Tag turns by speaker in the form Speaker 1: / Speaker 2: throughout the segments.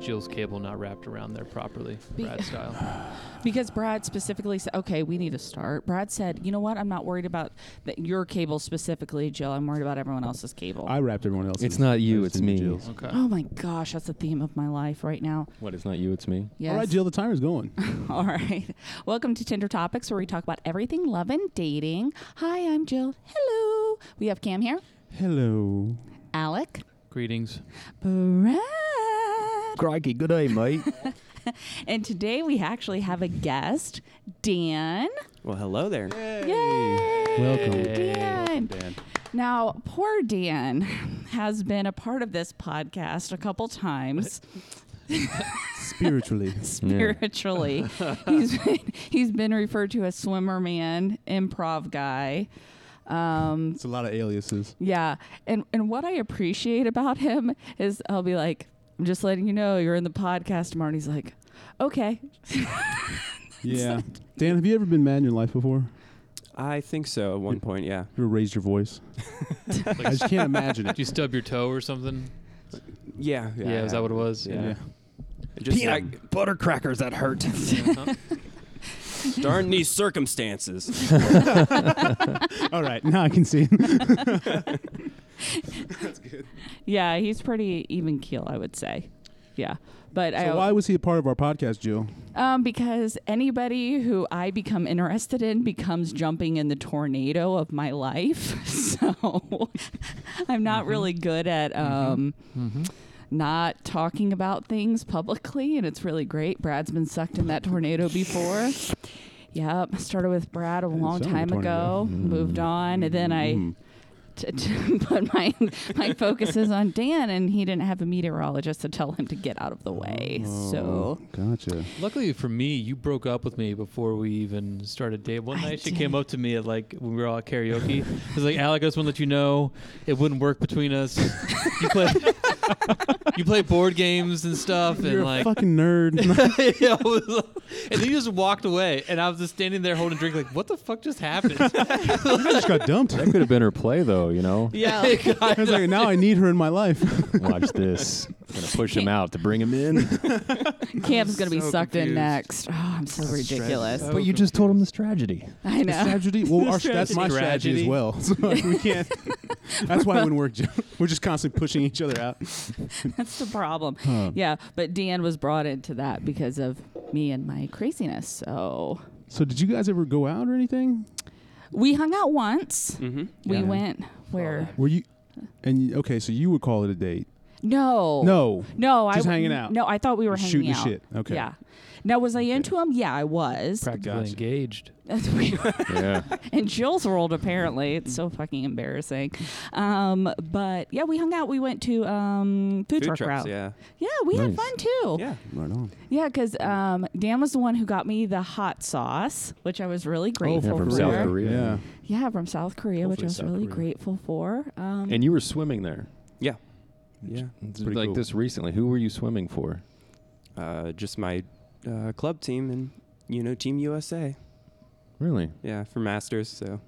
Speaker 1: Jill's cable not wrapped around there properly,
Speaker 2: Be-
Speaker 1: Brad style.
Speaker 2: Because Brad specifically said, okay, we need to start. Brad said, you know what? I'm not worried about th- your cable specifically, Jill. I'm worried about everyone else's cable.
Speaker 3: I wrapped everyone else.
Speaker 4: It's not you, it's me.
Speaker 1: Okay.
Speaker 2: oh my gosh, that's the theme of my life right now.
Speaker 4: What? It's not you. It's me.
Speaker 2: Yes.
Speaker 3: All right, Jill, the timer's going.
Speaker 2: All right. Welcome to Tinder Topics, where we talk about everything love and dating. Hi, I'm Jill. Hello. We have Cam here,
Speaker 3: Hello.
Speaker 2: Alec,
Speaker 1: Greetings.
Speaker 2: Brad.
Speaker 4: Crikey, good day, mate.
Speaker 2: And today we actually have a guest, Dan.
Speaker 5: Well, hello there.
Speaker 2: Yay!
Speaker 3: Welcome.
Speaker 5: Oh,
Speaker 2: Dan.
Speaker 3: Dan.
Speaker 2: Now, poor Dan has been a part of this podcast a couple times
Speaker 3: Spiritually.
Speaker 2: spiritually. he's, been, he's been referred to as swimmer man, improv guy. Um,
Speaker 3: It's a lot of aliases.
Speaker 2: yeah. And, and what I appreciate about him is I'll be like, I'm just letting you know you're in the podcast tomorrow. And he's like, okay.
Speaker 3: Yeah. Dan, have you ever been mad in your life before?
Speaker 5: I think so at
Speaker 4: Hmm.
Speaker 5: one point, yeah.
Speaker 3: You ever raised your voice? I just can't imagine
Speaker 1: Did
Speaker 3: it.
Speaker 1: you stub your toe or something?
Speaker 5: Yeah, yeah.
Speaker 1: Yeah, is that what it was?
Speaker 5: Yeah.
Speaker 3: Yeah.
Speaker 5: Just like,
Speaker 4: butter crackers that hurt.
Speaker 5: darn these circumstances.
Speaker 3: All right, now I can see.
Speaker 2: Yeah. He's pretty even keel, I would say. Yeah. But I,
Speaker 3: So why was he a part of our podcast, Jill?
Speaker 2: Um, because anybody who I become interested in becomes jumping in the tornado of my life. So I'm not
Speaker 3: Mm-hmm.
Speaker 2: really good at um, not talking about things publicly, and it's really great. Brad's been sucked in that tornado before. Yep, started with Brad a
Speaker 3: Didn't
Speaker 2: long
Speaker 3: sound like a
Speaker 2: time ago,
Speaker 3: tornado. Mm-hmm.
Speaker 2: moved on, and then I
Speaker 3: Mm.
Speaker 2: t- t- put my my focuses on Dan, and he didn't have a meteorologist to tell him to get out of the way. So
Speaker 3: Oh, gotcha.
Speaker 1: Luckily for me, you broke up with me before we even started dating. One
Speaker 2: I
Speaker 1: night she
Speaker 2: did.
Speaker 1: came up to me at like when we were all at karaoke. I was like, Alec, I just want to let you know it wouldn't work between us. You play, you play board games and stuff,
Speaker 3: You're
Speaker 1: and
Speaker 3: a
Speaker 1: like,
Speaker 3: fucking nerd.
Speaker 1: Yeah, I was like- and then you just walked away, and I was just standing there holding a drink, like, what the fuck just happened?
Speaker 2: Oh,
Speaker 3: I just got dumped.
Speaker 4: That could have been her play, though. You know.
Speaker 1: Yeah,
Speaker 3: I was like, now I need her in my life.
Speaker 4: Watch this. Gonna push him out to bring him in.
Speaker 2: Cam's gonna be
Speaker 1: so
Speaker 2: sucked in
Speaker 1: confused.
Speaker 2: next. Oh, I'm so ridiculous.
Speaker 1: So
Speaker 4: but you just told him this tragedy.
Speaker 2: I
Speaker 3: It's
Speaker 2: know.
Speaker 3: tragedy. Well, our, that's my
Speaker 1: Tragedy.
Speaker 3: strategy as well. So we can't. That's why when we're we're just constantly pushing each other out.
Speaker 2: That's the problem. Yeah, but Deanne was brought into that because of me and my craziness. So
Speaker 3: So did you guys ever go out or anything?
Speaker 2: we hung out once.
Speaker 5: hmm
Speaker 2: We
Speaker 3: Mm-hmm. Yeah.
Speaker 2: went where?
Speaker 3: Were you? And you, okay, so you would call it a date?
Speaker 2: No.
Speaker 3: No.
Speaker 2: No,
Speaker 3: Just
Speaker 2: I
Speaker 3: hanging out.
Speaker 2: No, I thought we were
Speaker 3: Just
Speaker 2: hanging
Speaker 3: shooting the
Speaker 2: out.
Speaker 3: shit. Okay.
Speaker 2: Yeah. Now was I into him? Yeah, I was.
Speaker 1: practically
Speaker 3: Gotcha.
Speaker 1: engaged.
Speaker 4: Yeah.
Speaker 2: and Jill's world apparently. It's so fucking embarrassing. Um, but yeah, we hung out. We went to um, food,
Speaker 5: Food
Speaker 2: truck
Speaker 5: trucks,
Speaker 2: route.
Speaker 5: yeah.
Speaker 2: Yeah, we had
Speaker 4: Nice.
Speaker 2: fun too.
Speaker 4: Oh.
Speaker 5: Yeah.
Speaker 3: Right on.
Speaker 2: Yeah, because um, Dan was the one who got me the hot sauce, which I was really
Speaker 3: Oh,
Speaker 2: grateful
Speaker 4: from
Speaker 2: for.
Speaker 4: South Korea.
Speaker 3: Yeah.
Speaker 2: Yeah, from South Korea, which I
Speaker 3: Hopefully
Speaker 2: was
Speaker 3: South
Speaker 2: really
Speaker 3: Korea.
Speaker 2: grateful for. Um,
Speaker 4: And you were swimming there.
Speaker 5: Yeah. Yeah.
Speaker 4: It's
Speaker 3: Pretty
Speaker 4: like
Speaker 3: cool.
Speaker 4: this recently. Who were you swimming for?
Speaker 5: Uh, just my uh, club team and, you know, Team USA.
Speaker 4: Really
Speaker 5: Yeah, for masters. So,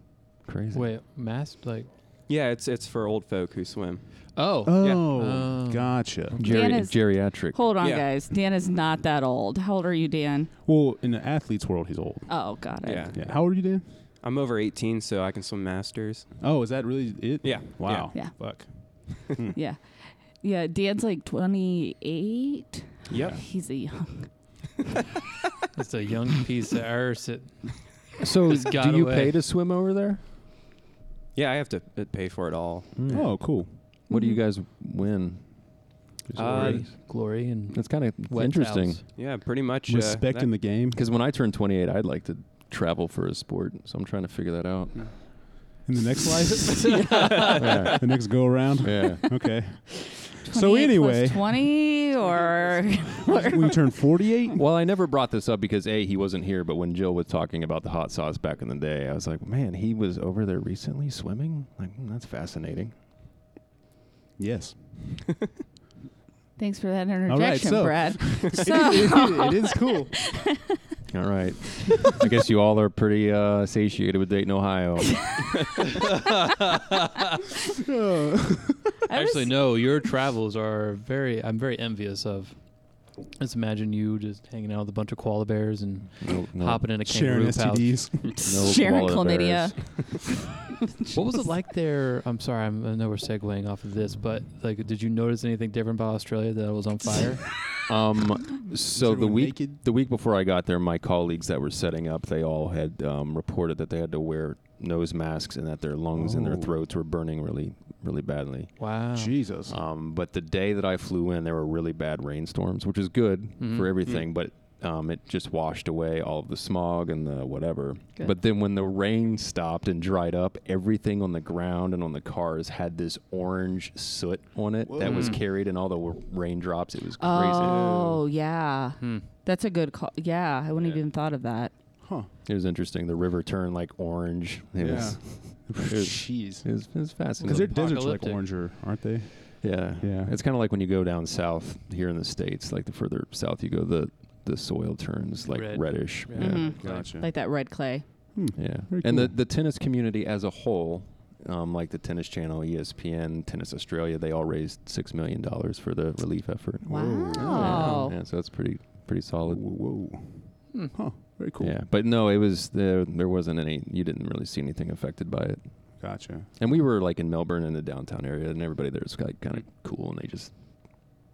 Speaker 4: crazy.
Speaker 1: Wait, mask? Like,
Speaker 5: yeah, it's it's for old folk who swim.
Speaker 1: oh.
Speaker 3: Oh,
Speaker 1: Oh.
Speaker 3: gotcha.
Speaker 4: Geri-
Speaker 2: Dan is-
Speaker 4: geriatric.
Speaker 2: hold on,
Speaker 5: Yeah.
Speaker 2: guys. Dan is not that old. How old are you, Dan?
Speaker 3: Well, in the athlete's world, he's old.
Speaker 2: Oh, got it.
Speaker 5: Yeah.
Speaker 3: Yeah. How old are you, Dan?
Speaker 5: I'm over 18, so I can swim masters.
Speaker 3: Oh, is that really it?
Speaker 5: Yeah.
Speaker 3: Wow.
Speaker 2: Yeah.
Speaker 3: Fuck. Hmm.
Speaker 2: Yeah. Yeah, Dan's like 28.
Speaker 5: Yep.
Speaker 2: He's a young.
Speaker 1: That's a young piece of arse. It-
Speaker 4: So
Speaker 1: Just
Speaker 4: do
Speaker 1: got
Speaker 4: you
Speaker 1: away.
Speaker 4: pay to swim over there?
Speaker 5: Yeah, I have to uh, pay for it all.
Speaker 3: Oh, cool.
Speaker 4: What do you guys win? Just
Speaker 5: Uh,
Speaker 4: awards?
Speaker 1: glory and
Speaker 4: That's kind of
Speaker 1: wet
Speaker 4: interesting.
Speaker 1: towels.
Speaker 5: Yeah, pretty much.
Speaker 3: Respect
Speaker 5: uh,
Speaker 3: in the game.
Speaker 4: Because when I turn 28, I'd like to travel for a sport. So I'm trying to figure that out.
Speaker 3: In the next life,
Speaker 4: yeah.
Speaker 3: the next go around.
Speaker 4: yeah.
Speaker 3: Okay. So
Speaker 2: 28 plus
Speaker 3: anyway-
Speaker 2: 20 or.
Speaker 3: when you turn 48,
Speaker 4: Well, I never brought this up because A, he wasn't here, but when Jill was talking about the hot sauce back in the day, I was like, man, he was over there recently swimming? Like, mm, that's fascinating.
Speaker 3: yes,
Speaker 2: Thanks for that
Speaker 3: All right,
Speaker 2: interjection,
Speaker 3: so-
Speaker 2: Brad.
Speaker 3: it is cool.
Speaker 4: All right. I guess you all are pretty uh, satiated with Dayton, Ohio.
Speaker 3: Uh,
Speaker 2: I was-
Speaker 1: Actually, no, your travels are very, I'm very envious of. Just imagine you just hanging out with a bunch of koala bears and
Speaker 4: No, no,
Speaker 1: hopping in a kangaroo
Speaker 3: Sharing
Speaker 1: pouch.
Speaker 3: STDs.
Speaker 4: no
Speaker 2: Sharing
Speaker 4: koala
Speaker 2: chlamydia.
Speaker 4: bears.
Speaker 1: What was it like there? I'm sorry, I'm, I know we're segueing off of this, but like, did you notice anything different about Australia that was on fire?
Speaker 4: Um, so the
Speaker 3: everyone
Speaker 4: week
Speaker 3: naked?
Speaker 4: the week before I got there, my colleagues that were setting up, they all had um, reported that they had to wear nose masks and that their lungs and their
Speaker 3: Oh.
Speaker 4: throats were burning really, really badly.
Speaker 1: wow.
Speaker 3: Jesus.
Speaker 4: Um, but the day that I flew in, there were really bad rainstorms, which is good
Speaker 1: Mhm.
Speaker 4: for everything, but um, it just washed away all of the smog and the whatever.
Speaker 2: Good.
Speaker 4: But then when the rain stopped and dried up, everything on the ground and on the cars had this orange soot on it that was
Speaker 1: Whoa.
Speaker 4: carried in all the w- raindrops. It was crazy.
Speaker 2: Oh yeah,
Speaker 1: Hmm.
Speaker 2: that's a good call. Yeah, I wouldn't
Speaker 4: Yeah.
Speaker 2: even thought of that.
Speaker 3: Huh.
Speaker 4: It was interesting. The river turned like orange. It
Speaker 3: Yeah.
Speaker 4: was
Speaker 3: Jeez.
Speaker 4: it was, it
Speaker 3: Because
Speaker 4: was fascinating.
Speaker 3: their deserts like
Speaker 1: apocalyptic.
Speaker 3: oranger, aren't they?
Speaker 4: Yeah,
Speaker 3: Yeah.
Speaker 4: It's kind of like when you go down south here in the states. Like the further south you go, the the soil turns like
Speaker 1: Red.
Speaker 4: reddish.
Speaker 1: Yeah.
Speaker 4: Yeah,
Speaker 2: Mhm.
Speaker 3: Mm-hmm.
Speaker 2: Like that red clay.
Speaker 4: yeah.
Speaker 3: Hmm. Very
Speaker 4: And the
Speaker 3: cool.
Speaker 4: the tennis community as a whole, um, like the Tennis Channel, ESPN, Tennis Australia, they all raised six million dollars for the relief effort.
Speaker 2: Wow.
Speaker 4: Yeah. yeah, so that's pretty pretty solid.
Speaker 3: Whoa. whoa.
Speaker 1: Hmm.
Speaker 3: Huh. Very cool.
Speaker 4: Yeah, but no, it was there. There wasn't any. You didn't really see anything affected by it.
Speaker 3: Gotcha.
Speaker 4: And we were like in Melbourne in the downtown area, and everybody there is like kind of cool, and they just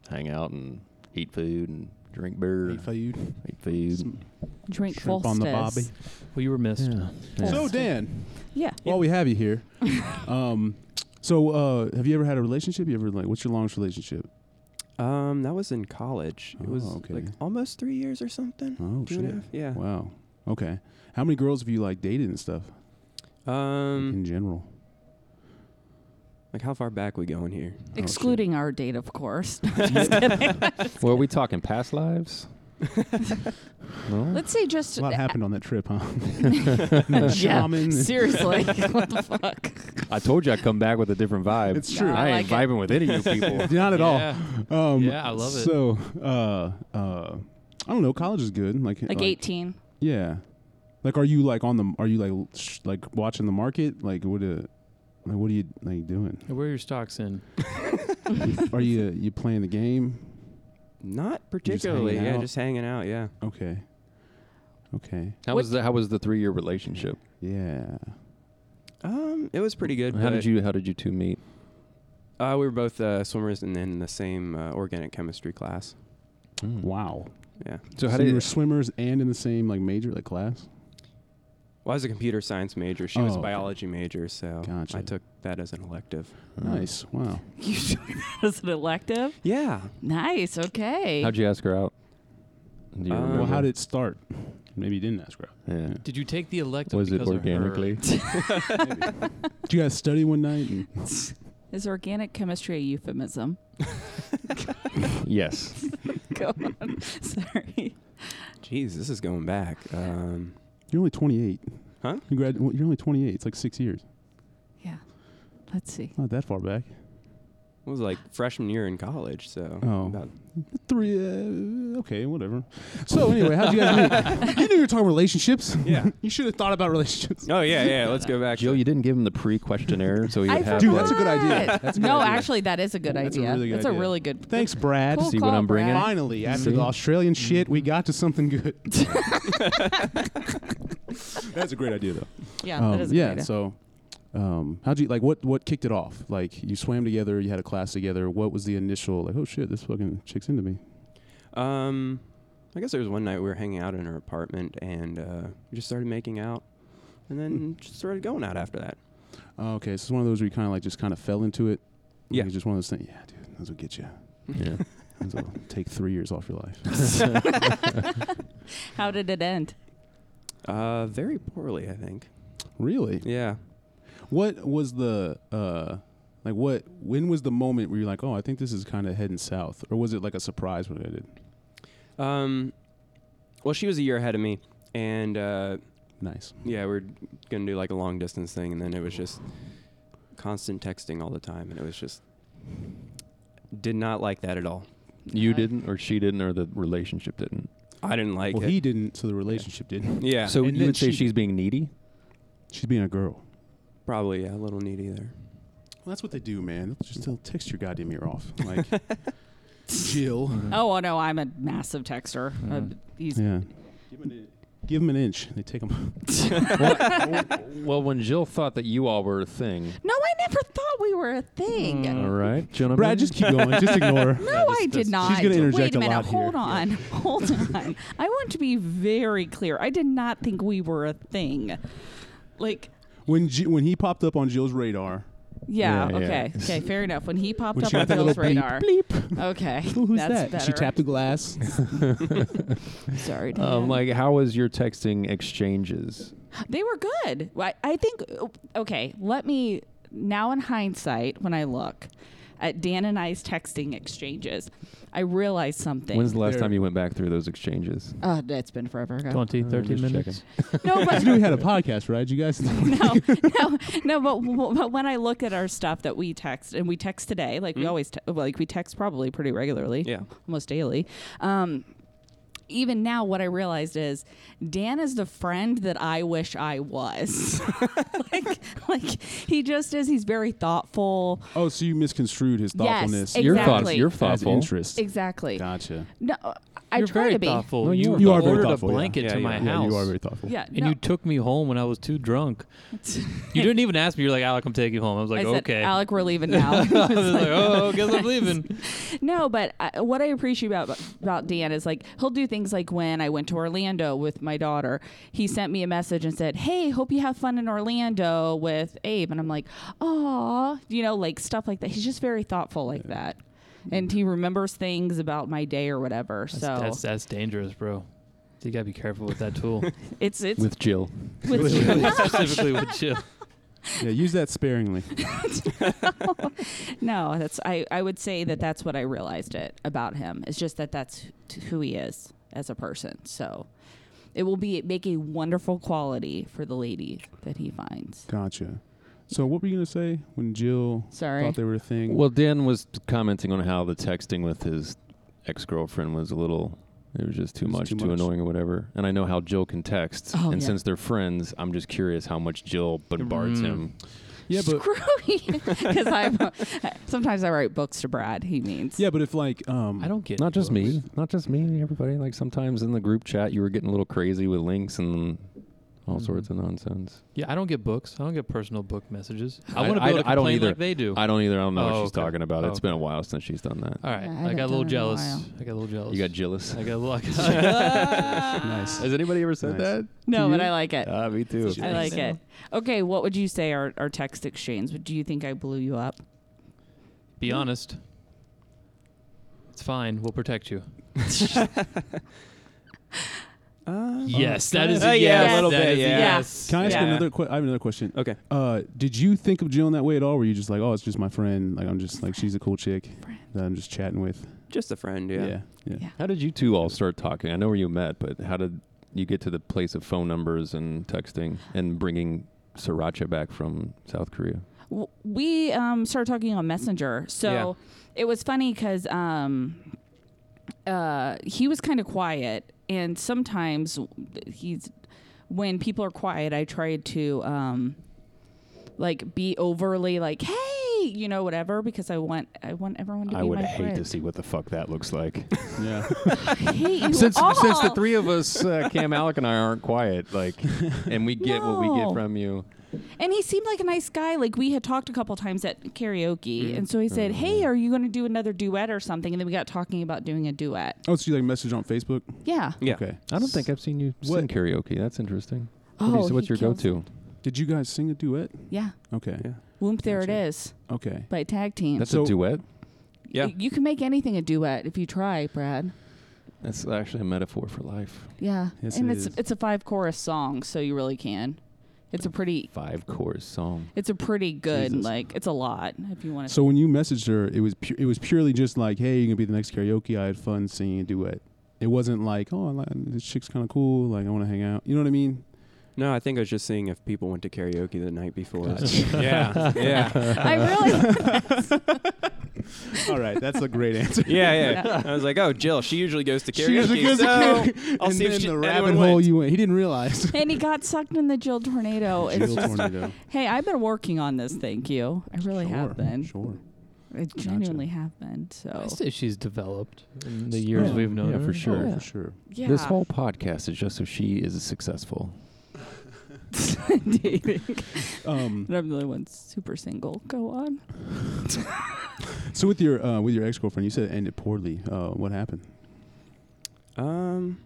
Speaker 4: hang out and eat food and drink beer,
Speaker 3: Hey,
Speaker 4: eat food,
Speaker 3: Fayed. Some
Speaker 2: Drink
Speaker 3: shrimp on the bobby.
Speaker 2: Volstis.
Speaker 1: Well, you were missed.
Speaker 4: Yeah. Yeah.
Speaker 3: So Dan,
Speaker 2: Yeah.
Speaker 3: while we have you here, um, so uh, have you ever had a relationship? You ever like what's your longest relationship?
Speaker 5: Um, that was in college. It was
Speaker 3: Oh, okay.
Speaker 5: like almost three years or something.
Speaker 3: Oh
Speaker 5: Two and a half. Yeah.
Speaker 3: Wow. Okay. How many girls have you like dated and stuff
Speaker 5: Um,
Speaker 3: in general?
Speaker 5: like how far back we going here?
Speaker 3: shit.
Speaker 2: Excluding our date, of course.
Speaker 4: well, are we talking past lives? no?
Speaker 2: Let's say just
Speaker 3: A lot happened on that trip, huh?
Speaker 2: yeah.
Speaker 3: Shaman.
Speaker 2: Seriously, what the fuck?
Speaker 4: I told you I'd come back with a different vibe.
Speaker 3: It's true.
Speaker 2: Yeah,
Speaker 4: I,
Speaker 2: I
Speaker 4: ain't
Speaker 2: like it.
Speaker 4: vibing with any of you people.
Speaker 3: Not at
Speaker 1: Yeah.
Speaker 3: all. Um,
Speaker 1: Yeah, I love it.
Speaker 3: So, uh, uh, I don't know. College is good. Like,
Speaker 2: Like 18.
Speaker 3: Yeah. Like, are you like on the? Are you like sh- like watching the market? Like, what? Uh, like, what are you like doing?
Speaker 1: Where are your stocks in?
Speaker 3: are you uh, you playing the game?
Speaker 5: Not
Speaker 3: just hanging
Speaker 5: particularly. yeah,
Speaker 3: out?
Speaker 5: just hanging out. Yeah.
Speaker 3: Okay. Okay.
Speaker 4: How was the How was the three year relationship?
Speaker 3: Yeah.
Speaker 5: Um, it was pretty good.
Speaker 4: How
Speaker 5: but,
Speaker 4: did you How did you two meet?
Speaker 5: Uh, we were both uh, swimmers and in the same uh, organic chemistry class.
Speaker 3: Mm. Wow.
Speaker 5: Yeah.
Speaker 3: So,
Speaker 4: So how did
Speaker 3: you were swimmers and in the same like major like class?
Speaker 5: Well, I was a computer science major. She
Speaker 3: Oh,
Speaker 5: was a
Speaker 3: okay.
Speaker 5: biology major, so
Speaker 3: Gotcha.
Speaker 5: I took that as an elective.
Speaker 4: Hmm.
Speaker 3: Nice. Wow.
Speaker 2: You took that as an elective?
Speaker 5: Yeah.
Speaker 2: Nice. Okay.
Speaker 4: Mm. How'd you ask her out? Do you
Speaker 5: Um,
Speaker 4: remember?
Speaker 3: Well, how did it start? Maybe you didn't ask her. out.
Speaker 4: Yeah.
Speaker 1: Did you take the elective?
Speaker 4: Was it
Speaker 1: because of her?
Speaker 4: organically?
Speaker 3: Did you guys study one night? And
Speaker 2: Is organic chemistry a euphemism?
Speaker 4: yes.
Speaker 2: Go on. Sorry.
Speaker 5: Jeez, this is going back. Um,
Speaker 3: you're only 28.
Speaker 5: Huh?
Speaker 3: You grad- well, you're only 28. It's like six years.
Speaker 2: Yeah. Let's see.
Speaker 3: Not that far back.
Speaker 5: it was like freshman year in college, so
Speaker 3: Oh.
Speaker 5: about
Speaker 3: Three. Uh, okay, whatever. So anyway, how'd you guys meet? you knew you were talking relationships.
Speaker 5: Yeah.
Speaker 3: you should have thought about relationships.
Speaker 5: Oh yeah, yeah. Let's go back.
Speaker 4: Jill, you didn't give him the pre questionnaire, so he would
Speaker 2: I
Speaker 4: have.
Speaker 3: Dude,
Speaker 4: like-
Speaker 3: Oh, that's a good idea.
Speaker 2: forgot.
Speaker 3: That's a good
Speaker 2: no,
Speaker 3: idea.
Speaker 2: actually, that is a good
Speaker 3: That's a
Speaker 2: idea.
Speaker 3: really good
Speaker 2: that's a
Speaker 3: idea.
Speaker 2: really good.
Speaker 3: Thanks, Brad.
Speaker 2: Cool
Speaker 4: See what
Speaker 2: call,
Speaker 4: I'm bringing?
Speaker 2: Brad.
Speaker 3: Finally, after
Speaker 4: See?
Speaker 3: the Australian shit, we got to something good. That's a great idea, though.
Speaker 2: Yeah,
Speaker 3: Um,
Speaker 2: that is a
Speaker 3: yeah.
Speaker 2: good idea.
Speaker 3: So, um, how'd you like? What what kicked it off? Like you swam together, you had a class together. What was the initial like? Oh shit, this fucking chick's into me.
Speaker 5: Um, I guess there was one night we were hanging out in her apartment, and uh, we just started making out, and then just started going out after that.
Speaker 3: Oh, okay, so it's one of those where you kind of like just kind of fell into it.
Speaker 5: Yeah.
Speaker 3: Like, it's just one of those things. Yeah, dude, those will get you.
Speaker 4: Yeah.
Speaker 3: Those will take three years off your life.
Speaker 2: How did it end?
Speaker 5: Uh, very poorly, I think.
Speaker 3: Really?
Speaker 5: Yeah.
Speaker 3: What was the uh, like? What when was the moment where you're like, oh, I think this is kind of heading south, or was it like a surprise when it did?
Speaker 5: Um, well, she was a year ahead of me, and uh,
Speaker 3: Nice.
Speaker 5: yeah, we are gonna do like a long distance thing, and then it was just constant texting all the time, and it was just did not like that at all.
Speaker 4: You didn't, or she didn't, or the relationship didn't.
Speaker 5: I didn't like
Speaker 3: well,
Speaker 5: it.
Speaker 3: he didn't, so the relationship didn't.
Speaker 5: yeah.
Speaker 4: So
Speaker 3: And
Speaker 4: you
Speaker 3: then
Speaker 4: would say
Speaker 3: she-
Speaker 4: she's being needy.
Speaker 3: She's being a girl.
Speaker 5: probably yeah, a little needy there.
Speaker 3: Well, that's what they do, man. They'll just they'll text your goddamn ear off. Like, Jill.
Speaker 2: Oh no, I'm a massive texter.
Speaker 3: Hmm.
Speaker 2: Uh, he's
Speaker 3: Yeah. Give him an inch. They take him.
Speaker 4: well, when Jill thought that you all were a thing,
Speaker 2: No, I never thought we were a thing.
Speaker 3: Hmm.
Speaker 4: all right, gentlemen.
Speaker 3: Brad, just keep going. Just ignore. her.
Speaker 2: No, I did not.
Speaker 3: She's gonna
Speaker 2: Wait
Speaker 3: interject
Speaker 2: a
Speaker 3: a
Speaker 2: minute.
Speaker 3: lot here.
Speaker 2: Hold on. Hold on. I want to be very clear. I did not think we were a thing. Like,
Speaker 3: When G- when he popped up on Jill's radar,
Speaker 2: yeah,
Speaker 4: Yeah, yeah.
Speaker 2: okay. Okay, fair enough. When he popped
Speaker 3: when
Speaker 2: up
Speaker 3: she
Speaker 2: on
Speaker 3: got that
Speaker 2: Bill's
Speaker 3: little beep,
Speaker 2: radar.
Speaker 3: bleep.
Speaker 2: Okay.
Speaker 3: Who- Who's
Speaker 2: that's
Speaker 3: that?
Speaker 2: Better.
Speaker 3: She tapped the glass.
Speaker 2: Sorry, Dan.
Speaker 4: um, like, how was your texting exchanges?
Speaker 2: They were good. I, I think, okay, let me, now in hindsight, when I look at Dan and I's texting exchanges, I realized something.
Speaker 4: When's the last
Speaker 3: There.
Speaker 4: time you went back through those exchanges?
Speaker 2: oh, that's been forever ago.
Speaker 1: 20,
Speaker 4: Uh,
Speaker 1: 13
Speaker 4: just
Speaker 1: minutes.
Speaker 2: No, but
Speaker 3: you knew we had a podcast, right? You guys.
Speaker 2: no, no, no. But, but when I look at our stuff that we text and we text today, like
Speaker 1: Hmm?
Speaker 2: we
Speaker 5: Mm.
Speaker 2: always, te- well, like we text probably pretty regularly,
Speaker 5: Yeah.
Speaker 2: almost daily. Um, even now, what I realized is Dan is the friend that I wish I was. like, like he just is. He's very thoughtful.
Speaker 3: Oh, so you misconstrued his
Speaker 2: Yes,
Speaker 3: thoughtfulness.
Speaker 2: exactly.
Speaker 4: Your thoughts. You're
Speaker 3: As
Speaker 4: thoughtful.
Speaker 3: interest.
Speaker 2: Exactly.
Speaker 3: Gotcha.
Speaker 2: No, I
Speaker 1: You're
Speaker 2: try
Speaker 1: very
Speaker 2: to be.
Speaker 1: thoughtful.
Speaker 4: No, you
Speaker 1: you
Speaker 4: are
Speaker 3: very
Speaker 1: ordered
Speaker 3: thoughtful,
Speaker 1: a
Speaker 3: yeah.
Speaker 1: blanket
Speaker 5: Yeah,
Speaker 1: to
Speaker 5: you
Speaker 1: my
Speaker 5: are.
Speaker 1: house.
Speaker 3: Yeah, you are very thoughtful.
Speaker 2: Yeah.
Speaker 1: and
Speaker 2: no.
Speaker 1: you took me home when I was too drunk. you didn't even ask me. You're like, Alec, I'm taking you home. I was
Speaker 2: I
Speaker 1: like,
Speaker 2: said,
Speaker 1: okay.
Speaker 2: Alec, we're leaving now.
Speaker 1: I was like, oh, guess I'm leaving.
Speaker 2: No, but I, what I appreciate about about Dan is like he'll do things like when I went to Orlando with my daughter, he sent me a message and said, "Hey, hope you have fun in Orlando with Abe," and I'm like, "Aw," you know, like stuff like that. He's just very thoughtful like that, and he remembers things about my day or whatever.
Speaker 1: That's,
Speaker 2: so
Speaker 1: that's that's dangerous, bro. You gotta be careful with that tool,
Speaker 2: it's it's
Speaker 4: With Jill.
Speaker 2: with-
Speaker 1: specifically with Jill.
Speaker 3: Yeah, use that sparingly.
Speaker 2: no, that's I I would say that that's what I realized it about him. It's just that that's t- who he is as a person. So it will be make a wonderful quality for the lady that he finds.
Speaker 3: Gotcha. So what were you gonna say when Jill
Speaker 2: Sorry.
Speaker 3: thought they were a thing?
Speaker 4: Well, Dan was commenting on how the texting with his ex girlfriend was a little. It was just too
Speaker 3: It was
Speaker 4: much,
Speaker 3: too
Speaker 4: too,
Speaker 3: much.
Speaker 4: annoying, or whatever. And I know how Jill can text,
Speaker 2: Oh,
Speaker 4: and
Speaker 2: yeah.
Speaker 4: since they're friends, I'm just curious how much Jill bombards
Speaker 1: Mm.
Speaker 4: him.
Speaker 3: yeah, but
Speaker 2: Screw you, because I sometimes I write books to Brad. He means
Speaker 3: yeah, but if like um,
Speaker 1: I don't get
Speaker 4: Not just me,
Speaker 1: books.
Speaker 4: not just me, everybody. Like sometimes in the group chat, you were getting a little crazy with links and all
Speaker 1: Mhm.
Speaker 4: sorts of nonsense.
Speaker 1: Yeah, I don't get books. I don't get personal book messages. I,
Speaker 4: I-
Speaker 1: want to
Speaker 4: I-
Speaker 1: be able to
Speaker 4: I don't
Speaker 1: complain
Speaker 4: either.
Speaker 1: like they do.
Speaker 4: I don't either. I don't know
Speaker 1: Oh,
Speaker 4: what she's
Speaker 1: okay.
Speaker 4: talking about.
Speaker 1: Oh,
Speaker 4: It's been a while since she's done that.
Speaker 1: All right,
Speaker 2: Yeah, I
Speaker 1: I,
Speaker 2: haven't
Speaker 1: got a little
Speaker 2: done it in a
Speaker 1: jealous.
Speaker 2: while.
Speaker 1: I got a little jealous.
Speaker 4: You got jealous.
Speaker 1: I got
Speaker 6: uh,
Speaker 1: a little.
Speaker 3: nice.
Speaker 4: Has anybody ever said
Speaker 3: Nice.
Speaker 4: that?
Speaker 2: no,
Speaker 4: to
Speaker 2: but
Speaker 4: you?
Speaker 2: I like it.
Speaker 4: Ah, me too.
Speaker 2: I like it. Okay, what would you say our, our text exchange? Do you think I blew you up?
Speaker 1: Be honest. It's fine. We'll protect you.
Speaker 5: Uh,
Speaker 1: yes, that is
Speaker 5: Uh,
Speaker 1: a yes.
Speaker 2: a
Speaker 5: yeah,
Speaker 2: little
Speaker 1: that
Speaker 5: bit,
Speaker 1: is a
Speaker 5: yeah.
Speaker 1: yes.
Speaker 3: Can I ask
Speaker 1: Yeah.
Speaker 3: another? Que- I have another question.
Speaker 5: okay.
Speaker 3: Uh, did you think of Jill in that way at all? Were you just like, oh, it's just my friend? Like I'm just like she's a cool chick that I'm just chatting with.
Speaker 5: Just a friend. Yeah.
Speaker 3: yeah. yeah.
Speaker 2: Yeah.
Speaker 4: How did you two all start talking? I know where you met, but how did you get to the place of phone numbers and texting and bringing sriracha back from South Korea?
Speaker 2: w- we um, started talking on Messenger. So
Speaker 5: Yeah.
Speaker 2: it was funny because um, uh, he was kind of quiet, and sometimes he's when people are quiet, I try to um, like be overly like, hey, you know, whatever, because I want I want everyone to be my friend.
Speaker 4: see what the fuck that looks like.
Speaker 3: Yeah.
Speaker 2: I hate you
Speaker 4: since
Speaker 2: all.
Speaker 4: since the three of us, uh, Cam, Alec, and I aren't quiet, like, and we get what we
Speaker 2: No.
Speaker 4: get from you.
Speaker 2: And he seemed like a nice guy. Like we had talked a couple times at karaoke, and so he said,
Speaker 4: Mm-hmm.
Speaker 2: "Hey, are you going to do another duet or something?" And then we got talking about doing a duet.
Speaker 3: oh, so you like message on Facebook?
Speaker 2: Yeah.
Speaker 5: Yeah.
Speaker 3: Okay.
Speaker 4: I don't think I've seen you
Speaker 3: What-
Speaker 4: sing karaoke. That's interesting. What do you-
Speaker 2: Oh,
Speaker 4: what's
Speaker 2: he
Speaker 4: your
Speaker 2: kills it.
Speaker 4: go-to?
Speaker 3: Did you guys sing a duet?
Speaker 2: Yeah.
Speaker 3: Okay.
Speaker 5: Yeah.
Speaker 2: Whoop, there it
Speaker 3: Gotcha.
Speaker 2: is
Speaker 3: Okay.
Speaker 2: by tag team.
Speaker 4: That's
Speaker 3: So-
Speaker 4: a duet.
Speaker 5: Yeah.
Speaker 2: Y- You can make anything a duet if you try, Brad.
Speaker 4: That's actually a metaphor for life.
Speaker 2: Yeah.
Speaker 3: Yes,
Speaker 2: and
Speaker 3: it
Speaker 2: it's
Speaker 3: is.
Speaker 2: it's a five chorus song, so you really can. It's a pretty
Speaker 4: Five chorus song.
Speaker 2: it's a pretty good
Speaker 3: Jesus.
Speaker 2: like it's a lot if you want to
Speaker 3: So when you messaged her, it was pu- it was purely just like, hey, you're gonna be the next karaoke. I had fun singing a duet. It wasn't like, oh, I like, this chick's kind of cool. Like I want to hang out. You know what I mean?
Speaker 5: No, I think I was just seeing if people went to karaoke the night before. yeah. Yeah.
Speaker 2: I
Speaker 3: uh,
Speaker 2: really
Speaker 3: All right, that's a great answer.
Speaker 5: Yeah, yeah. I was like, oh, Jill, she usually goes to karaoke.
Speaker 3: She usually goes to
Speaker 5: so
Speaker 3: karaoke.
Speaker 5: I'll
Speaker 3: and
Speaker 5: see
Speaker 3: then
Speaker 5: if she,
Speaker 3: the
Speaker 5: anyone
Speaker 3: rabbit hole
Speaker 5: went.
Speaker 3: you went. He didn't realize.
Speaker 2: and he got sucked in the Jill tornado. Oh, It's
Speaker 3: Jill
Speaker 2: just,
Speaker 3: tornado.
Speaker 2: hey, I've been working on this, thank you. I really
Speaker 3: sure,
Speaker 2: have been.
Speaker 3: Sure.
Speaker 2: It
Speaker 3: Gotcha.
Speaker 2: genuinely happened. So
Speaker 6: I'd say she's developed in the years
Speaker 3: Yeah.
Speaker 6: we've known
Speaker 4: Yeah,
Speaker 6: her.
Speaker 4: for sure.
Speaker 3: for sure.
Speaker 2: yeah,
Speaker 4: This whole podcast is just so she is successful.
Speaker 2: dating.
Speaker 3: Um,
Speaker 2: And I'm the only one super single. Go on.
Speaker 3: so with your uh, with your ex girlfriend, you said it ended poorly. Uh, what happened?
Speaker 5: Um.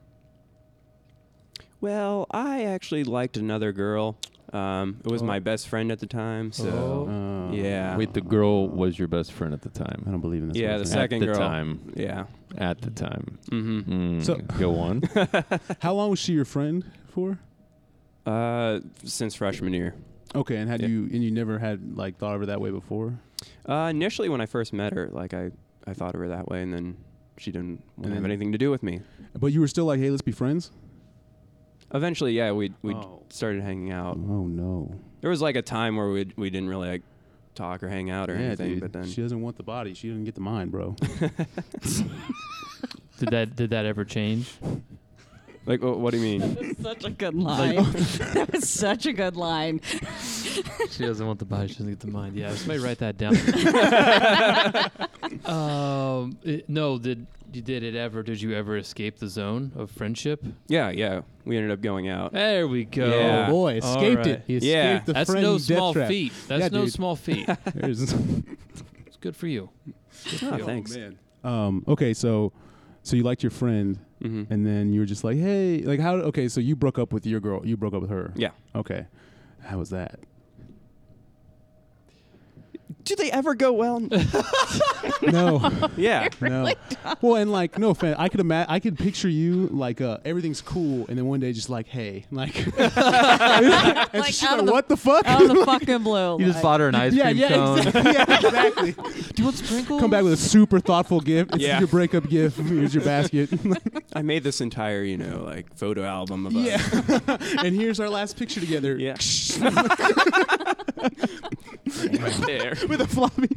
Speaker 5: Well, I actually liked another girl. Um, it was
Speaker 6: Oh.
Speaker 5: my best friend at the time, so
Speaker 6: Oh.
Speaker 3: Uh,
Speaker 5: Yeah.
Speaker 4: Wait, the girl was your best friend at the
Speaker 3: I
Speaker 4: time.
Speaker 3: don't believe in this.
Speaker 5: Yeah,
Speaker 3: sort of
Speaker 5: the
Speaker 3: thing.
Speaker 5: sec- second
Speaker 4: at the
Speaker 5: girl.
Speaker 4: time.
Speaker 5: yeah.
Speaker 4: At the time.
Speaker 5: Mm-hmm.
Speaker 4: Mm,
Speaker 3: So-
Speaker 4: go on.
Speaker 3: How long was she your friend for?
Speaker 5: Uh, since freshman year.
Speaker 3: Okay, and had
Speaker 5: Yeah.
Speaker 3: you and you never had like thought of her that way before,
Speaker 5: Uh, initially, when I first met her, like I, I thought of her that way, and then she didn't want
Speaker 3: And
Speaker 5: to have
Speaker 3: then-
Speaker 5: anything to do with me.
Speaker 3: but you were still like, hey, let's be friends.
Speaker 5: Eventually, yeah, we we
Speaker 3: Oh.
Speaker 5: started hanging out.
Speaker 3: Oh no.
Speaker 5: There was like a time where we we didn't really like talk or hang out or
Speaker 3: yeah,
Speaker 5: anything,
Speaker 3: dude.
Speaker 5: but then
Speaker 3: she doesn't want the body. She doesn't get the mind, bro.
Speaker 6: Did that did that ever change?
Speaker 5: like, wh- what do you mean?
Speaker 2: Such a good line. that was such a good line.
Speaker 6: she doesn't want the body, she doesn't get the mind. Yeah, somebody write that down. um, it- no, did you did it ever? Did you ever escape the zone of friendship?
Speaker 5: yeah, yeah, we ended up going out.
Speaker 6: There we go.
Speaker 5: Yeah.
Speaker 3: Oh boy,
Speaker 6: All
Speaker 3: escaped it.
Speaker 6: right.
Speaker 3: He escaped
Speaker 5: Yeah.
Speaker 3: the
Speaker 6: That's
Speaker 3: friend
Speaker 6: no
Speaker 3: death
Speaker 6: small
Speaker 3: trap.
Speaker 6: feat. That's
Speaker 3: Yeah,
Speaker 6: no
Speaker 3: dude.
Speaker 6: small feat.
Speaker 3: There's-
Speaker 6: It's good for you.
Speaker 5: Oh, thanks.
Speaker 3: um, okay, so so you liked your friend,
Speaker 5: hmm
Speaker 3: and then you were just like, hey, like how? Okay, so you broke up with your girl. You broke up with her.
Speaker 5: Yeah.
Speaker 3: Okay. How was that?
Speaker 5: Do they ever go well?
Speaker 3: no,
Speaker 5: yeah.
Speaker 3: no. Well, and like, no offense, I could imagine, I could picture you like uh, everything's cool, and then one day just like, hey, like, and
Speaker 2: Like,
Speaker 3: she's
Speaker 2: out
Speaker 3: like,
Speaker 2: of the-
Speaker 3: what the fuck?
Speaker 2: Out of the fucking blue. like-
Speaker 6: bought her an ice
Speaker 3: yeah, yeah, exactly. yeah, exactly.
Speaker 6: Do you want sprinkles?
Speaker 3: Come back with a super thoughtful gift. It's
Speaker 5: Yeah.
Speaker 3: your breakup gift. Here's your basket.
Speaker 5: I made this entire, you know, like photo album of
Speaker 3: yeah.
Speaker 5: us.
Speaker 3: and here's our last picture together.
Speaker 5: Yeah. right there.
Speaker 3: With a floppy.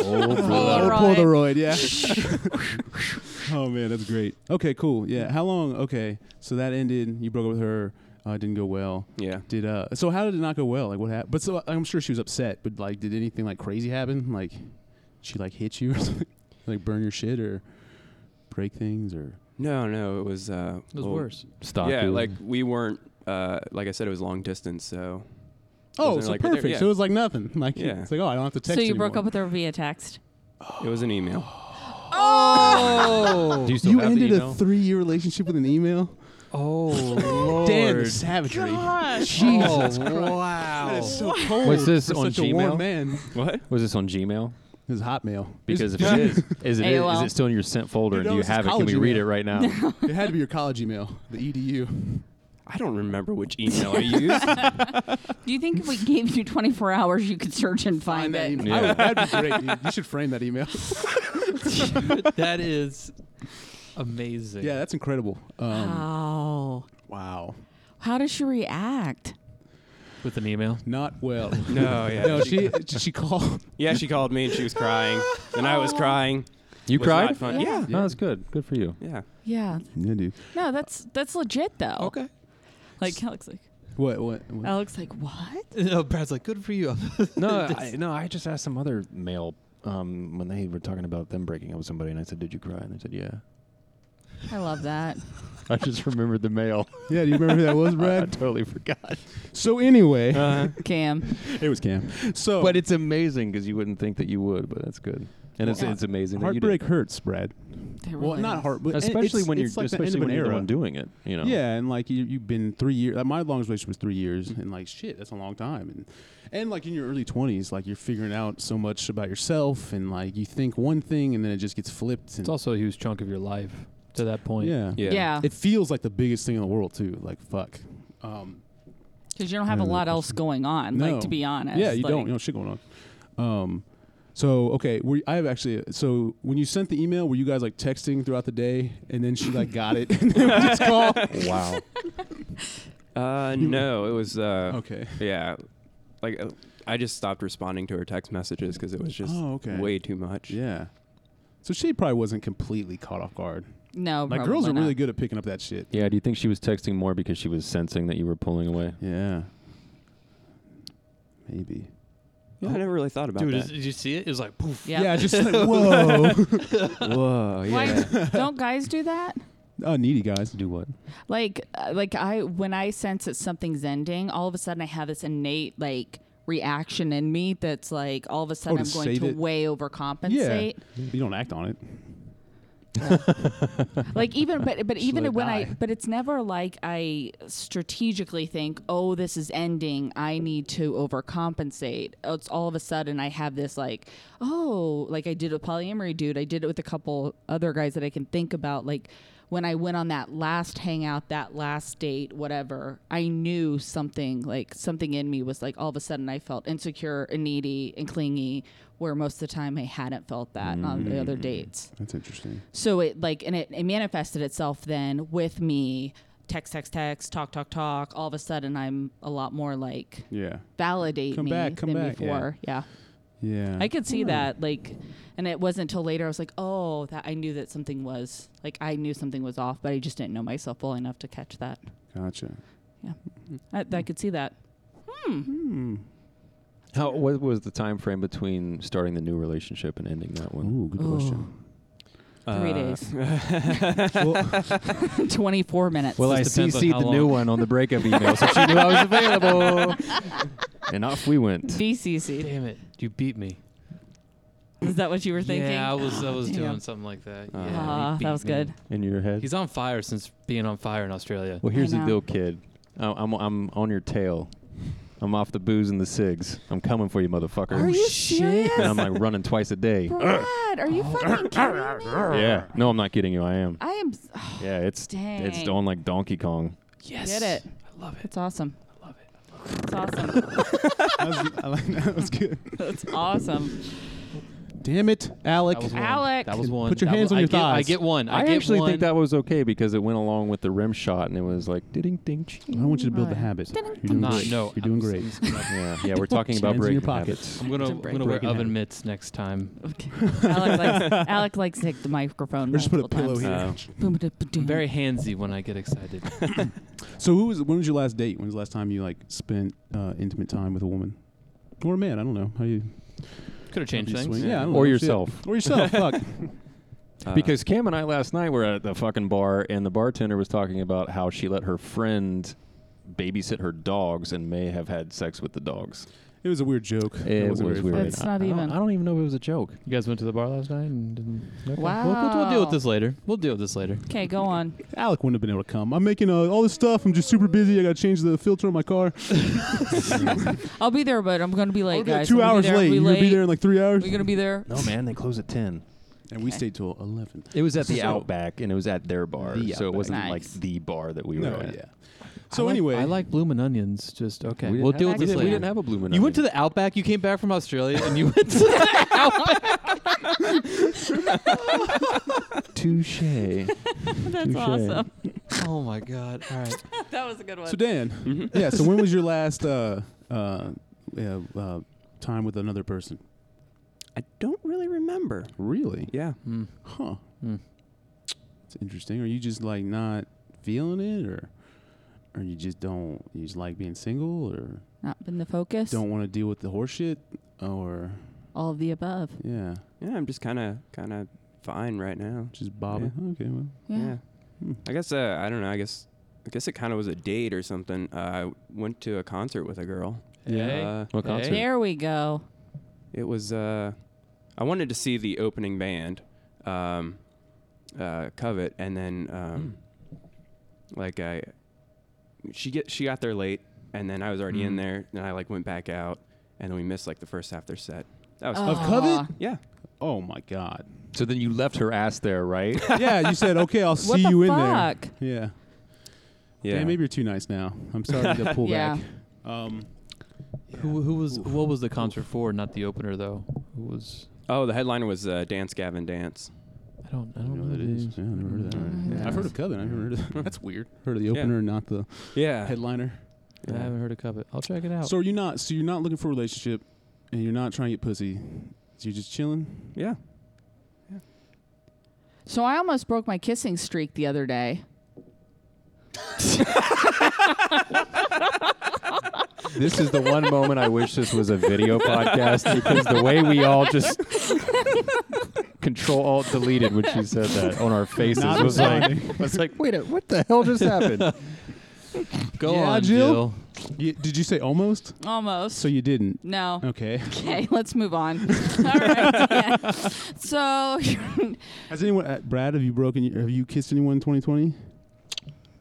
Speaker 4: Oh,
Speaker 2: Polaroid.
Speaker 4: brother.
Speaker 3: Oh, Polaroid, yeah. oh man, that's great. Okay, cool. Yeah. How long? Okay, so that ended. You broke up with her. Uh, didn't go well.
Speaker 5: Yeah.
Speaker 3: Did uh? So how did it not go well? Like what happened? But so I'm sure she was upset. But like, did anything like crazy happen? Like, she like hit you or something? Like burn your shit or break things or?
Speaker 5: No, no, it was. Uh,
Speaker 6: It was
Speaker 5: well,
Speaker 6: worse.
Speaker 4: Stock
Speaker 5: yeah,
Speaker 4: is-
Speaker 5: like we weren't. Uh, like I said, it was long distance, so
Speaker 3: Oh,
Speaker 5: Wasn't it
Speaker 3: so
Speaker 5: like-
Speaker 3: perfect.
Speaker 5: yeah.
Speaker 3: So it was like nothing. Like
Speaker 5: Yeah.
Speaker 3: it's like oh, I don't have to text.
Speaker 2: so you broke
Speaker 3: anymore.
Speaker 2: up with her via text.
Speaker 5: it was an email.
Speaker 6: Oh,
Speaker 4: Do you still
Speaker 3: You
Speaker 4: have the
Speaker 3: ended a
Speaker 4: email?
Speaker 3: three-year relationship with an email.
Speaker 6: oh, Lord.
Speaker 3: Damn the savagery. Jesus
Speaker 6: oh,
Speaker 3: Christ.
Speaker 6: wow.
Speaker 3: That is so cold.
Speaker 4: Was this
Speaker 3: for
Speaker 4: on
Speaker 3: such a warm
Speaker 4: Gmail?
Speaker 3: man.
Speaker 5: What?
Speaker 4: Was this on Gmail?
Speaker 3: This is Hotmail.
Speaker 4: Because if it is, is it, is
Speaker 2: AOL.
Speaker 4: it still in your sent folder?
Speaker 3: Dude,
Speaker 4: and do
Speaker 3: no,
Speaker 4: you
Speaker 3: this is
Speaker 4: have it? Can
Speaker 3: college
Speaker 4: we read
Speaker 3: email.
Speaker 4: it right now?
Speaker 3: it had to be your college email, the E EDU.
Speaker 5: I don't remember which email I used.
Speaker 2: Do you think if we gave you 24 hours, you could search and find,
Speaker 3: that
Speaker 2: it?
Speaker 3: email.
Speaker 4: Yeah.
Speaker 3: I would- that'd be great. Dude. You should frame that email.
Speaker 6: that is amazing.
Speaker 3: Yeah, that's incredible. Um,
Speaker 2: Ah. wow.
Speaker 3: wow.
Speaker 2: Oh. How does she react?
Speaker 6: With an email.
Speaker 3: Not well.
Speaker 5: no, yeah.
Speaker 3: No, she she called.
Speaker 5: yeah, she called me and she was crying, and I was crying.
Speaker 4: You
Speaker 5: Was
Speaker 4: cried?
Speaker 5: not fun. Yeah.
Speaker 4: No, that's good. Good for you.
Speaker 5: Yeah.
Speaker 2: Yeah.
Speaker 3: Yeah, dude.
Speaker 2: No, that's that's legit though.
Speaker 6: Okay.
Speaker 2: Like Alex, like
Speaker 3: What? What? what?
Speaker 2: Alex, like what?
Speaker 6: No, Brad's like, good for you.
Speaker 4: No, I, no, I just asked some other male um, when they were talking about them breaking up with somebody, and I said, "Did you cry?" And they said, "Yeah."
Speaker 2: I love that.
Speaker 4: I just remembered the male.
Speaker 3: Yeah, do you remember who that was,
Speaker 4: I
Speaker 3: Brad?
Speaker 4: totally forgot.
Speaker 3: So anyway,
Speaker 4: Uh-huh.
Speaker 2: Cam,
Speaker 3: it was Cam. So,
Speaker 4: But it's amazing because you wouldn't think that you would, but that's good. And it's
Speaker 2: Yeah.
Speaker 4: it's amazing. that you did.
Speaker 3: heartbreak hurts, Brad.
Speaker 2: They
Speaker 3: Well,
Speaker 2: really
Speaker 3: not
Speaker 2: don't-
Speaker 3: heart, but
Speaker 4: especially
Speaker 3: it's-
Speaker 4: when you're
Speaker 3: it's like the end
Speaker 4: especially
Speaker 3: of an
Speaker 4: when you're the
Speaker 3: era.
Speaker 4: one doing it. You know.
Speaker 3: Yeah, and like you, you've been three years. Like my longest relationship was three years,
Speaker 4: Mm-hmm.
Speaker 3: and like shit, that's a long time. And and like in your early twenties, like you're figuring out so much about yourself, and like you think one thing, and then it just gets flipped. And
Speaker 6: It's also a huge chunk of your life to that point.
Speaker 3: yeah,
Speaker 5: Yeah.
Speaker 2: Yeah,
Speaker 3: It feels like the biggest thing in the world too. Like fuck. Um,
Speaker 2: because you don't have a
Speaker 3: Yeah,
Speaker 2: lot
Speaker 3: that's-
Speaker 2: else going on.
Speaker 3: No.
Speaker 2: Like to be honest.
Speaker 3: yeah, you
Speaker 2: Like,
Speaker 3: don't. You don't shit going on. Um, so okay, were, I have actually. uh, So when you sent the email, were you guys like texting throughout the day, and then she like got it, and then we just call?
Speaker 4: Wow.
Speaker 5: Uh, no, it was. Uh,
Speaker 3: Okay.
Speaker 5: Yeah, like uh, I just stopped responding to her text messages because it was just
Speaker 3: Oh, okay.
Speaker 5: way too much.
Speaker 3: Yeah. So she probably wasn't completely caught off guard.
Speaker 2: No,
Speaker 3: Like
Speaker 2: probably
Speaker 3: girls are
Speaker 2: not.
Speaker 3: really good at picking up that shit.
Speaker 4: yeah. Do you think she was texting more because she was sensing that you were pulling away?
Speaker 3: Yeah. Maybe.
Speaker 5: I never really thought about
Speaker 6: Dude, is,
Speaker 5: that.
Speaker 6: did you see it? It was like poof.
Speaker 2: Yeah.
Speaker 3: Yeah, just like whoa.
Speaker 5: Whoa, yeah.
Speaker 2: Why don't guys do that?
Speaker 3: oh, needy guys do what?
Speaker 2: Like, uh, like I when I sense that something's ending, all of a sudden I have this innate like reaction in me that's like all of a sudden
Speaker 3: Oh, to
Speaker 2: I'm going
Speaker 3: save
Speaker 2: to
Speaker 3: it?
Speaker 2: way overcompensate.
Speaker 3: You don't act on it.
Speaker 2: like even but but even
Speaker 3: let it
Speaker 2: when I
Speaker 3: die.
Speaker 2: but it's never like I strategically think, oh, this is ending. I need to overcompensate. It's all of a sudden I have this like, oh, like I did with polyamory dude. I did it with a couple other guys that I can think about. Like when I went on that last hangout, that last date, whatever, I knew something like something in me was like all of a sudden I felt insecure and needy and clingy, where most of the time I hadn't felt that on the other dates.
Speaker 3: That's interesting.
Speaker 2: So it like and it, it manifested itself then with me text text text talk talk talk. All of a sudden I'm a lot more like
Speaker 3: Yeah.
Speaker 2: validate
Speaker 3: Come
Speaker 2: me
Speaker 3: back, come
Speaker 2: than
Speaker 3: back, yeah.
Speaker 2: before. Yeah.
Speaker 3: Yeah. Hmm.
Speaker 2: I could see that like and it wasn't until later I was like, "Oh, that I knew that something was like I knew something was off, but I just didn't know myself well enough to catch that."
Speaker 3: gotcha.
Speaker 2: I, I could see that.
Speaker 3: Hmm.
Speaker 4: How what was the time frame between starting the new relationship and ending that one?
Speaker 3: Ooh, good question.
Speaker 2: Three
Speaker 5: Uh,
Speaker 2: days.
Speaker 3: well,
Speaker 2: 24 minutes.
Speaker 4: Well, I
Speaker 6: Just depends on
Speaker 4: CC'd
Speaker 6: how
Speaker 4: the new
Speaker 6: long.
Speaker 4: one on the breakup email, so she knew I was available. and off we went.
Speaker 2: DCC.
Speaker 6: Damn it! You beat me.
Speaker 2: Is that what you were thinking?
Speaker 6: Yeah, I was I was
Speaker 2: Damn.
Speaker 6: doing something like that. Yeah,
Speaker 5: Uh,
Speaker 6: he
Speaker 2: Ah,
Speaker 6: beat
Speaker 2: that was
Speaker 6: me.
Speaker 2: good.
Speaker 4: In your head.
Speaker 6: He's on fire since being on fire in Australia.
Speaker 4: Well, here's the
Speaker 2: know.
Speaker 4: deal, kid. I- I'm I'm on your tail. I'm off the booze and the cigs. I'm coming for you, motherfucker.
Speaker 3: Oh,
Speaker 2: Are you
Speaker 6: shit.
Speaker 2: serious?
Speaker 4: And I'm like running twice a day.
Speaker 2: Brad, are you fucking kidding me?
Speaker 4: Yeah. No, I'm not kidding you. I am.
Speaker 2: I am.
Speaker 4: Yeah, it's
Speaker 2: Ah, Dang.
Speaker 4: it's on like Donkey Kong.
Speaker 6: Yes.
Speaker 2: Get it.
Speaker 6: I love it.
Speaker 2: It's awesome.
Speaker 6: I love it.
Speaker 2: It's awesome.
Speaker 3: that, was, I like, that was good.
Speaker 2: It's awesome.
Speaker 3: Damn it, Alec.
Speaker 6: That was one.
Speaker 2: Alec.
Speaker 6: That was one.
Speaker 3: Put your
Speaker 6: That
Speaker 3: hands
Speaker 6: was-
Speaker 3: on
Speaker 6: I
Speaker 3: your
Speaker 6: get- I
Speaker 3: thighs.
Speaker 6: get one. I,
Speaker 4: I,
Speaker 6: get
Speaker 4: actually
Speaker 6: one.
Speaker 4: think that was okay because it went along with the rim shot and it was like ding ding.
Speaker 3: I want you to build the
Speaker 2: Alright.
Speaker 3: habit. You're doing
Speaker 6: I'm not.
Speaker 3: great.
Speaker 6: No,
Speaker 3: You're doing
Speaker 6: I'm-
Speaker 3: great.
Speaker 6: I'm just gonna-
Speaker 4: Yeah, yeah. We're talking
Speaker 3: Hands
Speaker 4: about
Speaker 3: in
Speaker 4: breaking
Speaker 3: your pockets.
Speaker 4: habits.
Speaker 6: I'm gonna I'm
Speaker 3: Break-
Speaker 6: gonna wear
Speaker 3: breaking
Speaker 6: oven
Speaker 3: habit.
Speaker 6: mitts next time.
Speaker 2: Okay. Alec likes, Alec likes to hit the microphone. Uh,
Speaker 3: Or just put a pillow
Speaker 5: times.
Speaker 3: here.
Speaker 2: Oh.
Speaker 6: I'm very handsy when I get excited.
Speaker 3: So who was? When was your last date? When was the last time you like spent uh, intimate time with a woman or a man? I don't know. How you
Speaker 6: Could have changed
Speaker 3: how you
Speaker 6: things.
Speaker 3: swing- Yeah, I don't
Speaker 4: Or
Speaker 3: know.
Speaker 4: yourself.
Speaker 3: Oh, Shit. Or yourself. Fuck.
Speaker 5: Uh,
Speaker 4: Because Cam and I last night were at the fucking bar and the bartender was talking about how she let her friend babysit her dogs and may have had sex with the dogs.
Speaker 3: It was a weird joke. wasn't
Speaker 4: It was
Speaker 3: very
Speaker 4: weird.
Speaker 3: funny.
Speaker 2: That's not
Speaker 4: I, I
Speaker 2: even-
Speaker 4: don't, I don't even know if it was a joke.
Speaker 6: You guys went to the bar last night and didn't. Okay.
Speaker 2: Wow.
Speaker 6: We'll, we'll, we'll deal with this later. We'll deal with this later.
Speaker 2: Okay, go on.
Speaker 3: Alec wouldn't have been able to come. I'm making uh, all this stuff. I'm just super busy. I got to change the filter on my car.
Speaker 2: I'll be there, but I'm gonna be late,
Speaker 3: I'll be like
Speaker 2: guys.
Speaker 3: two
Speaker 2: I'm
Speaker 3: hours
Speaker 2: gonna
Speaker 3: late.
Speaker 2: be
Speaker 3: You're
Speaker 2: there.
Speaker 3: gonna be there in Oh like three hours.
Speaker 2: We're gonna be there.
Speaker 4: No, man, they close at 10.
Speaker 3: And we
Speaker 2: Okay.
Speaker 3: stayed till eleven.
Speaker 4: It was at the
Speaker 3: So-
Speaker 4: Outback and it was at their bar.
Speaker 3: The
Speaker 4: so it
Speaker 3: Outback.
Speaker 4: wasn't
Speaker 2: Nice.
Speaker 4: like the bar that we were
Speaker 3: No,
Speaker 4: at.
Speaker 3: yeah. So
Speaker 6: I like-
Speaker 3: anyway,
Speaker 6: I like bloomin' onions. Just okay.
Speaker 4: We
Speaker 6: We
Speaker 4: didn't
Speaker 6: will
Speaker 4: have-
Speaker 6: deal with
Speaker 4: we
Speaker 6: this
Speaker 4: didn't-
Speaker 6: later.
Speaker 4: We didn't have a bloomin'
Speaker 6: you went to
Speaker 4: Onion.
Speaker 6: the Outback. You came back from Australia and you went to the Outback.
Speaker 4: Touche.
Speaker 2: That's awesome.
Speaker 6: Oh my God! All right.
Speaker 2: that was a good one.
Speaker 3: so Dan,
Speaker 5: mm-hmm.
Speaker 3: yeah. So when was your last uh, uh, yeah, uh, time with another person?
Speaker 5: I don't really remember.
Speaker 3: Really?
Speaker 5: Yeah.
Speaker 6: Mm.
Speaker 3: Huh.
Speaker 6: Hmm.
Speaker 3: It's interesting. Are you just like not feeling it, or or you just don't? You just like being single, or
Speaker 2: Not been the focus.
Speaker 3: don't want to deal with the horseshit, or
Speaker 2: All of the above.
Speaker 3: yeah,
Speaker 5: Yeah, I'm just kind of kind of fine right now.
Speaker 3: just bobbing. Okay, well,
Speaker 2: Yeah.
Speaker 5: Yeah.
Speaker 3: Hmm.
Speaker 5: I guess uh, I don't know. I guess I guess it kind of was a date or something. Uh, I went to a concert with a girl.
Speaker 6: Yeah. Hey.
Speaker 5: Uh,
Speaker 4: What
Speaker 6: Hey.
Speaker 4: concert?
Speaker 2: There we go.
Speaker 5: it was. Uh, I wanted to see the opening band, um, uh, Covet, and then um,
Speaker 4: Hmm.
Speaker 5: like I, she get she got there late, and then I was already
Speaker 4: Hmm.
Speaker 5: in
Speaker 6: Mm.
Speaker 5: there, and I like went back out, and then we missed like the first half their set. That was
Speaker 2: Aw.
Speaker 3: Of Covet?
Speaker 5: yeah.
Speaker 3: oh my god.
Speaker 4: So then you left her ass there, right?
Speaker 3: yeah, you said okay. I'll
Speaker 2: What
Speaker 3: see
Speaker 2: the
Speaker 3: you
Speaker 2: fuck?
Speaker 3: in there. Yeah.
Speaker 5: Yeah.
Speaker 3: Dan, maybe you're too nice now. I'm sorry to pull
Speaker 2: Yeah.
Speaker 3: back. Um,
Speaker 6: Who who was what was the concert for? Not the opener though. Who was?
Speaker 5: Oh, the headliner was uh, Dance Gavin Dance.
Speaker 6: I don't I
Speaker 3: I
Speaker 6: don't
Speaker 3: don't
Speaker 6: know.
Speaker 3: know
Speaker 6: Mm-hmm.
Speaker 3: what that
Speaker 6: the
Speaker 3: is.
Speaker 6: names.
Speaker 3: Yeah, I never heard of that.
Speaker 2: Yeah.
Speaker 3: I've heard of Coven. I've never heard of that. That's weird. Heard of the
Speaker 5: Yeah. Uh,
Speaker 3: opener, and not the
Speaker 5: Yeah.
Speaker 3: headliner.
Speaker 6: I
Speaker 5: Yeah.
Speaker 6: haven't heard of Covet. I'll check it out.
Speaker 3: So are you not? So you're not looking for a relationship, and you're not trying to get pussy. So you're just chilling.
Speaker 5: Yeah.
Speaker 2: So I almost broke my kissing streak the other day.
Speaker 4: This is the one moment I wish this was a video podcast because the way we all just control alt deleted when she said that on our faces
Speaker 3: Not
Speaker 4: was like
Speaker 3: responding.
Speaker 4: was like wait a, what the hell just happened?
Speaker 1: Go
Speaker 3: Yeah,
Speaker 1: on,
Speaker 3: Jill.
Speaker 1: Jill.
Speaker 3: You, did you say almost?
Speaker 2: Almost.
Speaker 3: So you Oh. didn't.
Speaker 2: no.
Speaker 3: Okay.
Speaker 2: Okay, let's move on. All right. Dan. So,
Speaker 3: Has anyone, uh, Brad? Have you broken? your- Have you kissed anyone in 2020?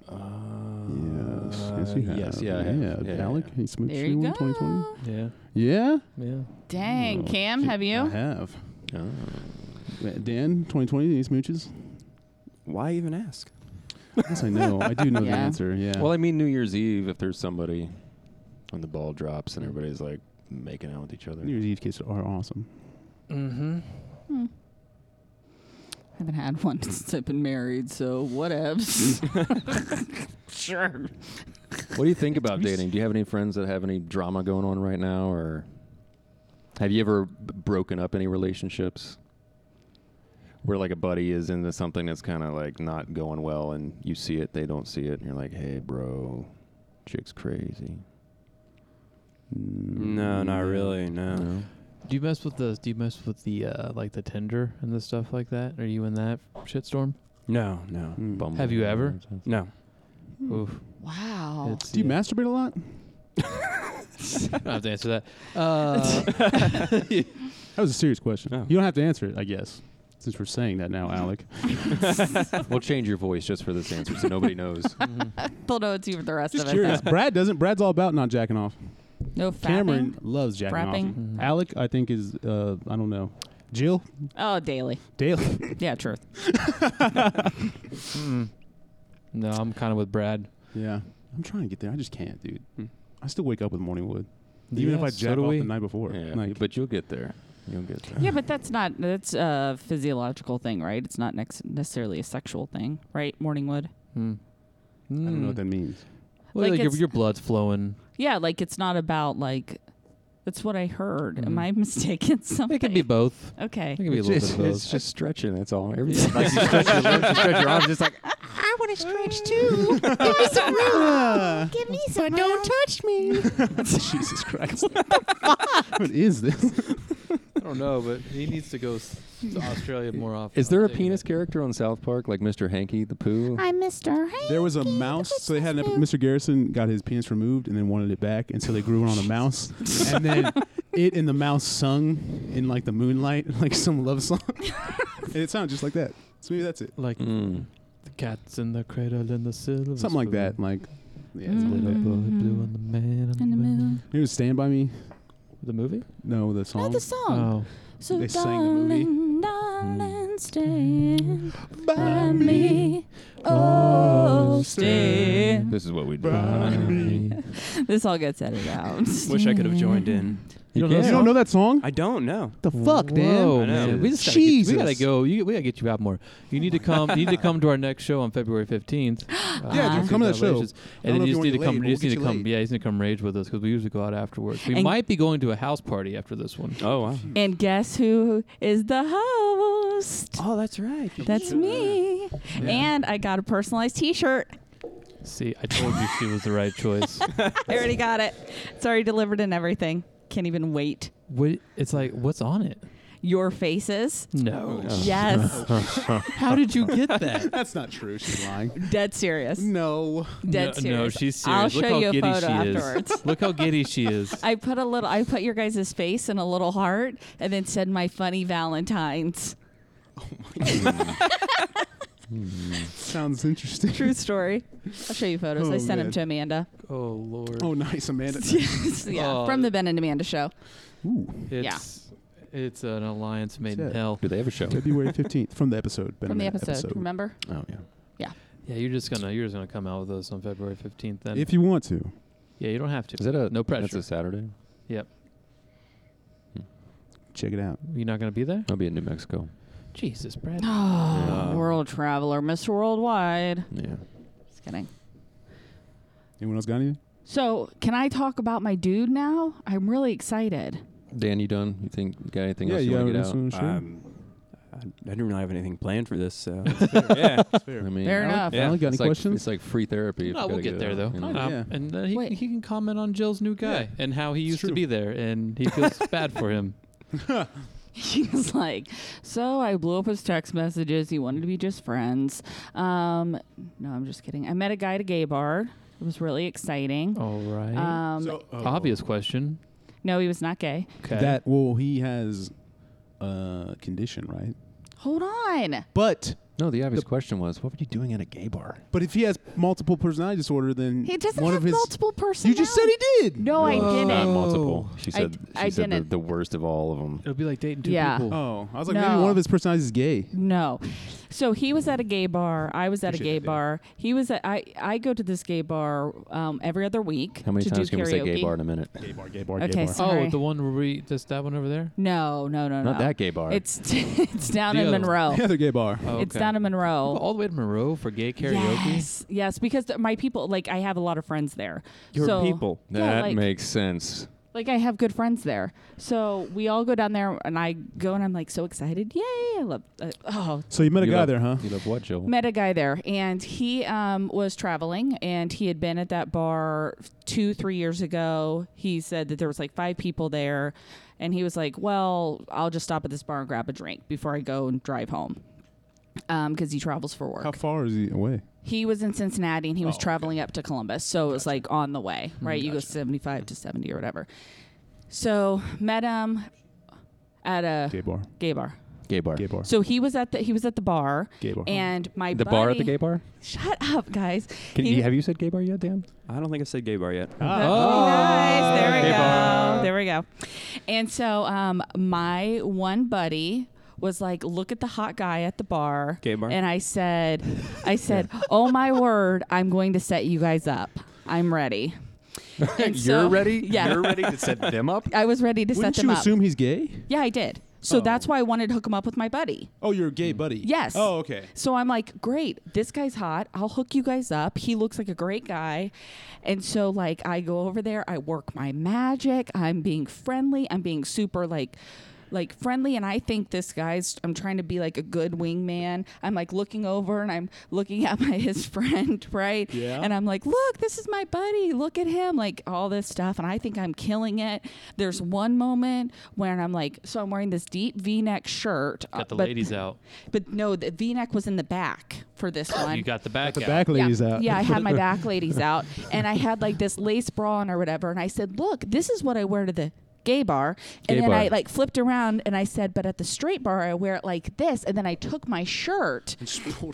Speaker 5: Uh,
Speaker 3: yes. Yes, you have.
Speaker 4: uh, Yes, yeah, I have.
Speaker 3: yeah.
Speaker 4: Yeah,
Speaker 3: Alec,
Speaker 4: yeah.
Speaker 3: he smooched
Speaker 2: there
Speaker 3: you
Speaker 2: you
Speaker 3: in 2020.
Speaker 2: go.
Speaker 1: Yeah,
Speaker 3: Yeah.
Speaker 1: yeah.
Speaker 2: Dang,
Speaker 3: Oh,
Speaker 2: Cam,
Speaker 3: shit,
Speaker 2: have
Speaker 3: I
Speaker 2: you?
Speaker 3: have.
Speaker 4: Oh.
Speaker 3: Uh, Dan, 2020, any smooches?
Speaker 5: Why even ask?
Speaker 3: Yes, I know. I do know the
Speaker 2: Yeah.
Speaker 3: answer. Yeah.
Speaker 4: Well, I mean New Year's Eve if there's somebody when the ball drops and everybody's like making out with each other.
Speaker 3: New Year's Eve kisses are awesome.
Speaker 6: Mm-hmm.
Speaker 2: haven't had one since I've been married, so whatevs. sure.
Speaker 4: What do you think about dating? Do you have any friends that have any drama going on right now, or have you ever b- broken up any relationships where like a buddy is into something that's kind of like not going well, and you see it, they don't see it, and you're like, "Hey, bro, chick's crazy."
Speaker 3: Mm.
Speaker 5: No, not really. No.
Speaker 4: No?
Speaker 6: Do you mess with the? Do you mess with the uh, like the Tinder and the stuff like that? Are you in that shitstorm?
Speaker 5: No, no.
Speaker 3: Mm.
Speaker 4: Bumble.
Speaker 6: Have you ever?
Speaker 5: No.
Speaker 4: Mm.
Speaker 2: Mm.
Speaker 6: Oof.
Speaker 2: Wow.
Speaker 6: It's-
Speaker 3: Do you
Speaker 6: yeah.
Speaker 3: masturbate a lot?
Speaker 6: I don't have to answer that. Uh,
Speaker 3: That was a serious question.
Speaker 5: No.
Speaker 3: You don't have to answer it, I guess, since we're saying that now, Alec.
Speaker 4: we'll change your voice just for this answer, so nobody knows.
Speaker 6: mm-hmm.
Speaker 2: They'll know it's you for the rest
Speaker 3: Just
Speaker 2: of us.
Speaker 3: curious. Brad doesn't. Brad's all about not jacking off.
Speaker 2: No fapping.
Speaker 3: Cameron loves jacking
Speaker 2: Frapping?
Speaker 3: off. Alec, I think is uh, I don't know. Jill
Speaker 2: Oh, daily.
Speaker 3: Daly.
Speaker 2: Yeah, truth.
Speaker 6: mm. no, I'm kind of with Brad.
Speaker 3: yeah, I'm trying to get there. I just can't, dude.
Speaker 5: Hmm.
Speaker 3: I still wake up with morning wood, even if
Speaker 6: Yeah,
Speaker 3: I
Speaker 6: so
Speaker 3: jack
Speaker 6: do
Speaker 3: off
Speaker 6: we.
Speaker 3: the night before.
Speaker 4: yeah,
Speaker 3: Like,
Speaker 4: but you'll get there. You'll get there.
Speaker 2: Yeah, but that's not that's a physiological thing, right? It's not nex- necessarily a sexual thing, right? Morning wood.
Speaker 6: Mm.
Speaker 3: I don't know what
Speaker 6: Mm.
Speaker 3: that means.
Speaker 6: Well,
Speaker 2: Like
Speaker 6: like, your,
Speaker 2: it's-
Speaker 6: your blood's flowing.
Speaker 2: Yeah, like it's not about like that's what I heard. Am
Speaker 6: Mhm.
Speaker 3: Mm-hmm.
Speaker 2: I mistaken? Something.
Speaker 6: It could be both.
Speaker 2: Okay.
Speaker 6: It could be a little bit of both.
Speaker 4: just stretching. That's all. Everything. like you stretch your legs, you stretch your arms, just like
Speaker 7: I want to stretch too. Give me some room. Give me some. But don't touch me.
Speaker 3: Jesus Christ! what is this?
Speaker 6: I don't know, but he needs to go s- to Australia more often.
Speaker 4: Is there
Speaker 6: I'm
Speaker 4: a
Speaker 6: taking
Speaker 4: penis
Speaker 6: it.
Speaker 4: character on South Park like Mr. Hanky the Poo?
Speaker 7: I'm Mr. Hank.
Speaker 3: There was a mouse. So they had an epi- Mr. Garrison got his penis removed and then wanted it back, and so they grew it on a mouse, and then it and the mouse sung in like the moonlight, like some love song, and it sounded just like that. So maybe that's it.
Speaker 6: Like
Speaker 4: Mm.
Speaker 6: the cats in the cradle and the silver.
Speaker 3: Something like that. Like, yeah. it's
Speaker 6: spoon. Little
Speaker 3: like that.
Speaker 6: boy
Speaker 2: Mhm.
Speaker 6: blue and the man
Speaker 2: And the moon.
Speaker 3: Maybe it was Stand by Me.
Speaker 6: The movie?
Speaker 3: No, the song.
Speaker 2: Not the song.
Speaker 6: Oh.
Speaker 2: So
Speaker 3: They sang the movie. Mm.
Speaker 2: darling, darling, stand by me.
Speaker 6: Oh,
Speaker 2: Oh, stand.
Speaker 4: This is what we do.
Speaker 2: This all gets edited out.
Speaker 5: Wish I could have joined in.
Speaker 3: You,
Speaker 6: don't know
Speaker 3: you don't know that song?
Speaker 5: I don't know.
Speaker 3: the fuck,
Speaker 6: Whoa,
Speaker 5: I
Speaker 3: Dan?
Speaker 5: know.
Speaker 6: man. We just gotta, get, we gotta
Speaker 3: Jesus.
Speaker 6: go. You, we gotta get you out more. You need to come. You need to come to our next show on February fifteenth. Uh,
Speaker 2: Yeah, dude,
Speaker 3: come to that show. I don't
Speaker 6: And
Speaker 3: know
Speaker 6: then
Speaker 3: if
Speaker 6: you just
Speaker 3: you
Speaker 6: need
Speaker 3: wanna
Speaker 6: to
Speaker 3: get
Speaker 6: come. you just
Speaker 3: laid, but we'll
Speaker 6: need to
Speaker 3: get you
Speaker 6: come.
Speaker 3: laid.
Speaker 6: Yeah, you just need to come rage with us because we usually go out afterwards. We
Speaker 2: And-
Speaker 6: might be going to a house party after this one.
Speaker 5: Oh wow.
Speaker 2: And guess who is the host?
Speaker 5: Oh, that's right.
Speaker 2: That's me.
Speaker 3: Yeah.
Speaker 2: And I got a personalized T-shirt.
Speaker 6: See, I told you she was the right choice.
Speaker 2: I already got it. It's already delivered and everything. Can't even wait.
Speaker 6: What? It's like, what's on it?
Speaker 2: Your faces.
Speaker 3: Oh,
Speaker 6: No.
Speaker 2: Oh, Yes.
Speaker 6: How did you get that?
Speaker 3: That's not true. She's lying.
Speaker 2: Dead serious.
Speaker 3: No.
Speaker 2: Dead
Speaker 6: no,
Speaker 2: serious.
Speaker 6: no, she's serious.
Speaker 2: I'll
Speaker 6: Look
Speaker 2: show
Speaker 6: how
Speaker 2: you a
Speaker 6: giddy
Speaker 2: photo
Speaker 6: she
Speaker 2: afterwards.
Speaker 6: is. Look how giddy she is.
Speaker 2: I put a little. I put your guys' face in a little heart, and then said my funny Valentines. Hmm.
Speaker 3: Sounds interesting.
Speaker 2: True story. I'll show you photos. I
Speaker 3: Oh,
Speaker 2: sent them
Speaker 3: man.
Speaker 2: to Amanda.
Speaker 6: Oh lord.
Speaker 3: Oh, nice, Amanda.
Speaker 2: So, yeah,
Speaker 6: Oh.
Speaker 2: from the Ben and Amanda show.
Speaker 3: Ooh,
Speaker 6: It's, It's an alliance made in
Speaker 3: it.
Speaker 6: hell.
Speaker 4: Do they have a show?
Speaker 3: February 15th from the episode. Been
Speaker 2: From
Speaker 3: on
Speaker 2: the
Speaker 3: that
Speaker 2: episode, remember?
Speaker 4: Oh yeah.
Speaker 6: Yeah, you're just gonna you're just gonna come out with us on February fifteenth. Then
Speaker 3: If you want to.
Speaker 6: yeah, you don't have to.
Speaker 4: Is that a
Speaker 6: no
Speaker 4: That's
Speaker 6: pressure?
Speaker 4: a Saturday.
Speaker 3: Check it out.
Speaker 6: You're not gonna be there?
Speaker 4: I'll be in New Mexico.
Speaker 6: Jesus, Brad.
Speaker 2: Oh,
Speaker 5: Yeah.
Speaker 2: world traveler, Mr. Worldwide.
Speaker 4: Yeah.
Speaker 2: Just kidding.
Speaker 3: Anyone else got anything?
Speaker 2: So, can I talk about my dude now? I'm really excited.
Speaker 4: Dan, you done? You think you got anything
Speaker 3: yeah,
Speaker 4: else
Speaker 3: you
Speaker 4: you
Speaker 3: got
Speaker 4: want to
Speaker 3: anything
Speaker 4: get
Speaker 3: else
Speaker 4: out?
Speaker 3: you wanna share?
Speaker 5: Um, uh, I didn't really have anything planned for this, so it's fair. yeah.
Speaker 4: I mean,
Speaker 2: Fair
Speaker 3: Alan-
Speaker 2: enough.
Speaker 5: Yeah.
Speaker 3: Alan, got any
Speaker 4: it's like,
Speaker 3: questions?
Speaker 4: It's like free therapy. if
Speaker 6: No,
Speaker 4: you
Speaker 6: we'll
Speaker 4: gotta
Speaker 6: get
Speaker 4: it
Speaker 6: there
Speaker 4: out,
Speaker 6: though.
Speaker 4: you know?
Speaker 3: Oh,
Speaker 6: Um,
Speaker 3: yeah.
Speaker 6: And then he,
Speaker 2: Wait.
Speaker 6: he can comment on Jill's new guy and how he used to
Speaker 3: true.
Speaker 6: be there, and he feels bad for him.
Speaker 2: He was like, so I blew up his text messages. He wanted to be just friends. Um, no, I'm just kidding. I met a guy at a gay bar. It was really
Speaker 4: Oh,
Speaker 2: exciting.
Speaker 6: All right.
Speaker 2: Um,
Speaker 3: So- oh.
Speaker 6: Uh, Obvious question.
Speaker 2: no, he was not gay.
Speaker 6: Okay.
Speaker 3: That well, he has a condition, right?
Speaker 2: Hold on.
Speaker 3: But
Speaker 4: No, the obvious question was, what were you doing at a gay bar?
Speaker 3: but if he has multiple personality disorder, then
Speaker 2: He doesn't
Speaker 3: one
Speaker 2: have
Speaker 3: of his.
Speaker 2: multiple
Speaker 3: you
Speaker 2: personalities.
Speaker 3: just said he did.
Speaker 2: No, Oh, I
Speaker 4: Well, Not
Speaker 2: didn't.
Speaker 4: multiple. She
Speaker 2: I-
Speaker 4: said, she
Speaker 2: I
Speaker 4: said the,
Speaker 2: didn't.
Speaker 4: the worst of all of them.
Speaker 1: It would be like dating two
Speaker 2: Yeah.
Speaker 1: people.
Speaker 3: Oh, I was like,
Speaker 2: No.
Speaker 3: maybe one of his personalities is gay.
Speaker 2: No. So he was at a gay bar. I was at a
Speaker 3: Appreciate
Speaker 2: gay
Speaker 3: it, Dave.
Speaker 2: bar. He was at, I, I go to this gay bar um, every other week.
Speaker 4: How many
Speaker 2: to
Speaker 4: times
Speaker 2: do
Speaker 4: can
Speaker 2: karaoke.
Speaker 4: we say gay bar in a minute?
Speaker 3: Gay bar, gay bar,
Speaker 2: Okay,
Speaker 3: bar.
Speaker 2: sorry.
Speaker 6: Oh, the one where we that's that one over there.
Speaker 2: no, no, no,
Speaker 4: Not
Speaker 2: no.
Speaker 4: that gay bar.
Speaker 2: It's it's down
Speaker 6: The
Speaker 2: in
Speaker 6: other
Speaker 2: Monroe.
Speaker 3: Yeah, they're gay bar.
Speaker 6: Oh,
Speaker 2: It's
Speaker 6: okay.
Speaker 2: down in Monroe.
Speaker 6: all the way to Monroe for gay karaoke.
Speaker 2: Yes, yes, because th- my people like I have a lot of friends there.
Speaker 5: Your
Speaker 2: so,
Speaker 5: people.
Speaker 2: yeah,
Speaker 4: that
Speaker 2: like-
Speaker 4: makes sense.
Speaker 2: Like I have good friends there, so we all go down there, and I go and I'm like so excited. Yay! I love. Uh, oh,
Speaker 3: So you met a
Speaker 4: You
Speaker 3: guy
Speaker 4: love-
Speaker 3: there, huh?
Speaker 4: You love what, Jill?
Speaker 2: met a guy there, and he um, was traveling, and he had been at that bar two, three years ago. He said that there was like five people there, and he was like, "Well, I'll just stop at this bar and grab a drink before I go and drive home." Because he travels for work.
Speaker 3: How far is he away?
Speaker 2: He was in Cincinnati and he was
Speaker 3: Oh, okay.
Speaker 2: traveling up to Columbus. So it was like on the way,
Speaker 4: Mm,
Speaker 2: right? You go 75 to 70 or whatever. So met him at a
Speaker 3: Gay bar,
Speaker 2: gay bar.
Speaker 4: Gay bar.
Speaker 3: gay bar,
Speaker 2: So he was at the he was at the bar
Speaker 3: gay bar.
Speaker 2: and my
Speaker 4: The bar at the
Speaker 2: buddy-
Speaker 4: gay bar?
Speaker 2: Shut up, guys.
Speaker 4: Can
Speaker 2: He-
Speaker 4: you, have you said gay bar yet, Dan?
Speaker 5: I don't think I said gay bar yet.
Speaker 2: Oh,
Speaker 3: Ah.
Speaker 2: nice. There we go. There we go. And so um, my one buddy was like, "Look at the hot guy at the bar."
Speaker 5: Gay bar?
Speaker 2: And I said, "I said, oh my word, I'm going to set you guys up. I'm ready." And so- Yeah,
Speaker 4: ready to set them up?
Speaker 2: I was ready to
Speaker 3: Wouldn't
Speaker 2: set
Speaker 3: you
Speaker 2: them up.
Speaker 3: assume he's gay?
Speaker 2: yeah, I did. So
Speaker 3: Oh.
Speaker 2: that's why I wanted to hook him up with my buddy.
Speaker 3: Oh, you're a gay buddy.
Speaker 2: Yes.
Speaker 3: Oh, okay.
Speaker 2: So I'm like, great, this guy's hot. I'll hook you guys up. He looks like a great guy. And so like I go over there, I work my magic. I'm being friendly. I'm being super like like friendly and I think this guy's I'm trying to be like a good wingman. I'm like looking over and I'm looking at my his friend, right?
Speaker 3: Yeah.
Speaker 2: And I'm like, look, this is my buddy. Look at him. Like all this stuff. And I think I'm killing it. There's one moment when I'm like, so I'm wearing this deep V neck shirt. uh,
Speaker 6: Got the
Speaker 2: but-
Speaker 6: ladies out.
Speaker 2: but no, the V neck was in the back for this one.
Speaker 6: You got the back
Speaker 3: The
Speaker 6: out.
Speaker 3: back
Speaker 2: yeah.
Speaker 3: lady's out.
Speaker 2: yeah, I had my back ladies out, and I had like this lace bra on or whatever, and I said, "Look, this is what I wear to the gay bar." And
Speaker 4: Gay
Speaker 2: then I
Speaker 4: bar.
Speaker 2: like flipped around and I said, "But at the straight bar, I wear it like this." And then I took my shirt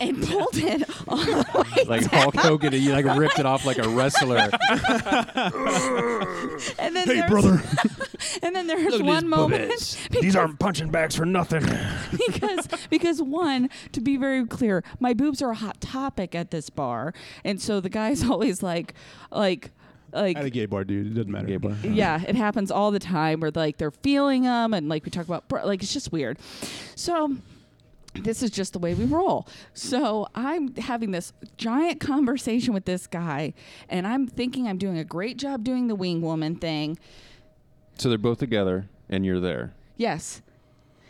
Speaker 2: and pulled it all the way
Speaker 4: Like Hulk Hogan, and you like ripped it off like a wrestler.
Speaker 2: And then
Speaker 3: Hey,
Speaker 2: there's-
Speaker 3: brother.
Speaker 2: And then there was one moment
Speaker 8: These aren't punching bags for nothing.
Speaker 2: because because one to be very clear my boobs are a hot topic at this bar and so the guy's always like like like
Speaker 3: At a gay bar, dude. It doesn't matter.
Speaker 4: Gay bar.
Speaker 2: yeah it happens all the time where like they're feeling them and like we talk about br- like it's just weird so this is just the way we roll. So I'm having this giant conversation with this guy, and I'm thinking I'm doing a great job doing the wing woman thing.
Speaker 4: So they're both together, and you're there.
Speaker 2: Yes,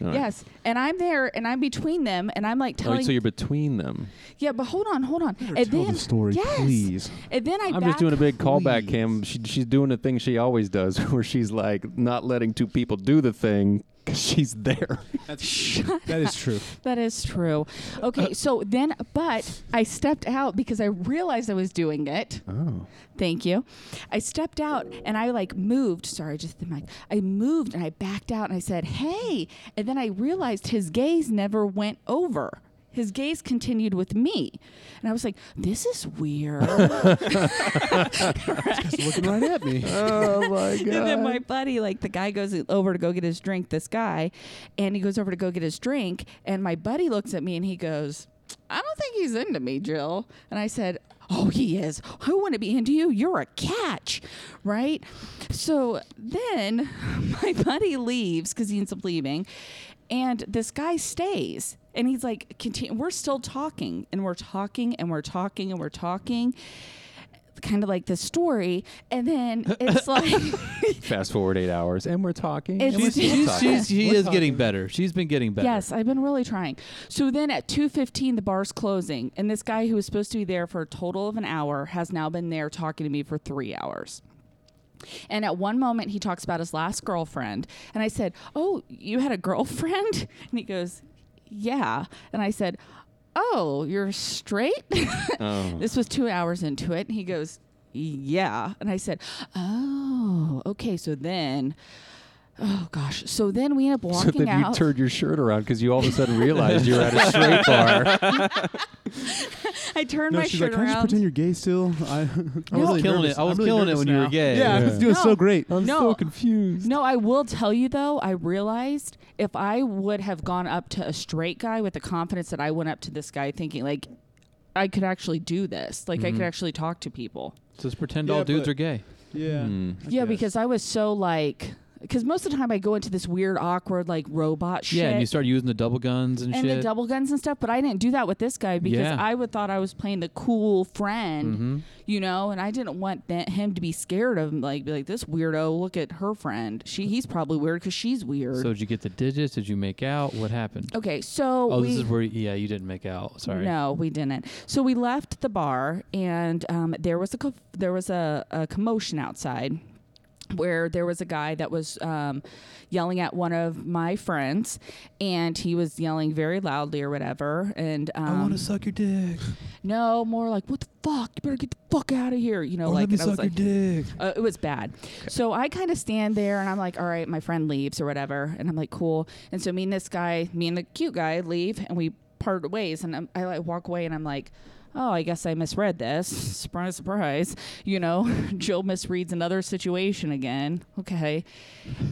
Speaker 4: All right.
Speaker 2: yes. And I'm there, and I'm between them, and I'm like
Speaker 4: Oh,
Speaker 2: telling.
Speaker 4: so you're between them.
Speaker 2: Yeah, but hold on, hold on.
Speaker 3: Better
Speaker 2: And
Speaker 3: tell
Speaker 2: then,
Speaker 3: the story,
Speaker 2: yes.
Speaker 3: please.
Speaker 2: And then I
Speaker 4: I'm
Speaker 2: back,
Speaker 4: just doing a big callback,
Speaker 3: please.
Speaker 4: Cam. She, she's doing a thing she always does, where she's like not letting two people do the thing because she's there.
Speaker 3: That's, that is true.
Speaker 2: That is true.
Speaker 3: Uh,
Speaker 2: Okay, so then, but I stepped out because I realized I was doing it.
Speaker 4: Oh.
Speaker 2: Thank you. I stepped out and I like moved. Sorry, just the mic. I moved and I backed out and I said, hey. And then I realized his gaze never went over. His gaze continued with me. And I was like, this is weird.
Speaker 3: He's looking right at me.
Speaker 4: Oh my god.
Speaker 2: And then my buddy, like the guy goes over to go get his drink, this guy, and he goes over to go get his drink. And my buddy looks at me and he goes, I don't think he's into me, Jill. And I said, Oh, he is. I want to be into you. You're a catch, right? So then my buddy leaves because he ends up leaving. And this guy stays and he's like, continue. We're still talking and we're talking and we're talking and we're talking kind of like this story, and then it's like.
Speaker 4: Fast forward eight hours, and we're talking.
Speaker 2: It's-
Speaker 4: and we're
Speaker 1: She's,
Speaker 4: still
Speaker 1: she's,
Speaker 4: talking.
Speaker 1: she's, she
Speaker 4: We're
Speaker 1: is
Speaker 4: talking.
Speaker 1: getting better. She's been getting better.
Speaker 2: Yes, I've been really trying. So then at 2:15 the bar's closing and this guy who was supposed to be there for a total of an hour has now been there talking to me for 3 hours. And at one moment he talks about his last girlfriend and I said, "Oh, you had a girlfriend?" And he goes, "Yeah." And I said, "Oh, you're straight?"
Speaker 4: Oh.
Speaker 2: This was two hours into it. And he goes, Yeah. And I said, Oh, okay. So then, oh gosh. So then we end up
Speaker 4: So
Speaker 2: walking
Speaker 4: then you
Speaker 2: out.
Speaker 4: turned your shirt around because you all of a sudden realized you were at a straight bar.
Speaker 2: I turned
Speaker 3: No,
Speaker 2: my
Speaker 3: she's
Speaker 2: shirt
Speaker 3: like, can I just
Speaker 2: around.
Speaker 3: pretend you're gay still? I,
Speaker 1: I was killing it. I was killing it when you were gay.
Speaker 3: Yeah, I was doing
Speaker 2: No.
Speaker 3: so great.
Speaker 2: I'm No. so
Speaker 3: confused.
Speaker 2: no, I will tell you though, I realized if I would have gone up to a straight guy with the confidence that I went up to this guy thinking, like, I could actually do this, like, I
Speaker 3: Mm-hmm.
Speaker 2: could actually talk to people.
Speaker 1: Just pretend
Speaker 3: Yeah,
Speaker 1: all dudes
Speaker 3: but-
Speaker 1: are gay.
Speaker 3: Yeah.
Speaker 4: Hmm.
Speaker 2: yeah,
Speaker 3: guess.
Speaker 2: because I was so like, because most of the time I go into this weird, awkward, like, robot shit.
Speaker 1: Yeah, and you start using the double guns and,
Speaker 2: and
Speaker 1: shit.
Speaker 2: the double guns and stuff. But I didn't do that with this guy because
Speaker 1: Yeah.
Speaker 2: I would thought I was playing the cool friend,
Speaker 3: Mm-hmm.
Speaker 6: Mm-hmm.
Speaker 2: you know, and I didn't want that, him to be scared of him, like be like this weirdo. Look at her friend. She he's probably weird because she's weird.
Speaker 6: So did you get the digits? Did you make out? What happened?
Speaker 2: okay, so
Speaker 6: Oh,
Speaker 2: we,
Speaker 6: this is where. Yeah, you didn't make out. Sorry.
Speaker 2: No, we didn't. So we left the bar, and um, there was a co- there was a, a commotion outside, where there was a guy that was um, yelling at one of my friends, and he was yelling very loudly or whatever. And um,
Speaker 1: I want to suck your dick.
Speaker 2: no, more like what the fuck? You better get the fuck out of here.
Speaker 3: Oh,
Speaker 2: You know,
Speaker 1: Or
Speaker 2: Oh,
Speaker 1: let
Speaker 2: like
Speaker 1: me
Speaker 2: and I was
Speaker 1: suck
Speaker 2: like,
Speaker 1: your dick.
Speaker 2: uh, it was bad. So I kind of stand there and I'm like, all right, my friend leaves or whatever. And I'm like, cool. And so me and this guy, me and the cute guy leave and we part ways. And I'm, I like walk away and I'm like, oh, I guess I misread this. Surprise, surprise. You know, Jill misreads another situation again. Okay.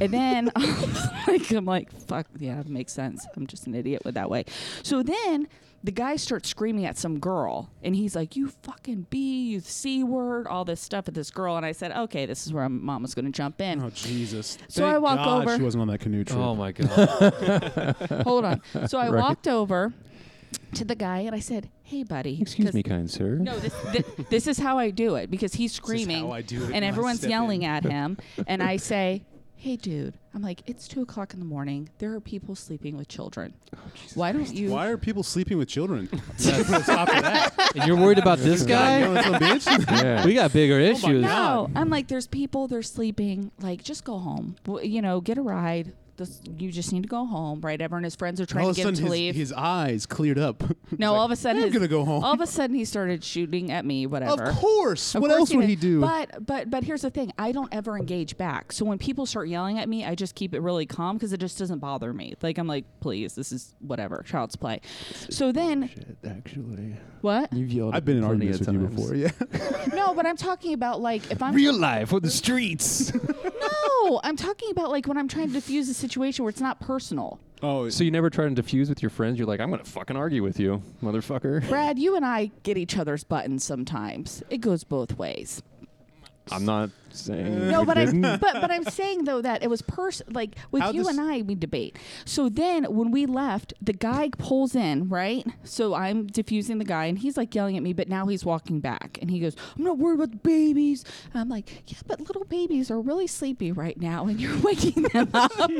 Speaker 2: And then like, I'm like, fuck, yeah, it makes sense. I'm just an idiot with that way. So then the guy starts screaming at some girl and he's like, You fucking B, you C word, all this stuff at this girl. And I said, Okay, this is where I'm- mom was going to jump in.
Speaker 3: Oh Jesus!
Speaker 2: So
Speaker 3: Thank
Speaker 2: I walk
Speaker 3: God
Speaker 2: over-
Speaker 3: She wasn't on that canoe trip.
Speaker 6: Oh my god.
Speaker 2: Hold on. So I walked over to the guy and I said, Hey, buddy.
Speaker 4: Excuse
Speaker 2: 'cause-
Speaker 4: me, kind sir.
Speaker 2: No, this, thi- this is how I do it because he's screaming
Speaker 3: I do it when
Speaker 2: and
Speaker 3: I
Speaker 2: everyone's
Speaker 3: step
Speaker 2: yelling
Speaker 3: in.
Speaker 2: at him. And I say, Hey, dude. I'm like, It's two o'clock in the morning. There are people sleeping with children. Why don't you?
Speaker 3: Oh, Why are people sleeping with children?
Speaker 1: And you're worried about this guy?
Speaker 3: Yelling some bitch.
Speaker 4: Yeah.
Speaker 1: We got
Speaker 2: Oh
Speaker 1: bigger issues.
Speaker 2: No, I'm like, there's people, they're sleeping. Like, just go home. W- You know, get a ride. This, you just need to go home, right? Everyone, his friends are trying
Speaker 3: all
Speaker 2: to
Speaker 3: of
Speaker 2: get
Speaker 3: a
Speaker 2: him
Speaker 3: sudden,
Speaker 2: to
Speaker 3: his,
Speaker 2: leave.
Speaker 3: his eyes cleared up. He's
Speaker 2: no,
Speaker 3: like,
Speaker 2: all of a sudden,
Speaker 3: I'm
Speaker 2: his-
Speaker 3: gonna go home.
Speaker 2: All of a sudden, he started shooting at me.
Speaker 3: Of
Speaker 2: Whatever.
Speaker 3: course.
Speaker 2: Of
Speaker 3: what
Speaker 2: course
Speaker 3: else would
Speaker 2: did.
Speaker 3: he do?
Speaker 2: But but but here's the thing: I don't ever engage back. So when people start yelling at me, I just keep it really calm because it just doesn't bother me. Like I'm like, please, this is whatever, child's play. So then,
Speaker 4: Actually,
Speaker 2: what?
Speaker 4: you've yelled.
Speaker 3: I've been in
Speaker 4: plenty
Speaker 3: arguments
Speaker 4: of
Speaker 3: with you
Speaker 4: times.
Speaker 3: before. Yeah.
Speaker 2: No, but I'm talking about like if I'm
Speaker 4: Real life on the streets.
Speaker 2: no, I'm talking about like when I'm trying to diffuse a situation where it's not personal.
Speaker 3: Oh,
Speaker 4: so you never try to diffuse with your friends. You're like, I'm gonna fucking argue with you, motherfucker.
Speaker 2: Brad, you and I get each other's buttons sometimes. It goes both ways.
Speaker 4: I'm not saying.
Speaker 2: No,
Speaker 4: you
Speaker 2: but I
Speaker 4: didn't.
Speaker 2: but but I'm saying though that it was pers like with
Speaker 3: How
Speaker 2: you
Speaker 3: does-
Speaker 2: and I we debate. So then when we left, the guy pulls in, right? So I'm diffusing the guy and he's like yelling at me, but now he's walking back and he goes, I'm not worried about the babies. And I'm like, Yeah, but little babies are really sleepy right now and you're waking them up.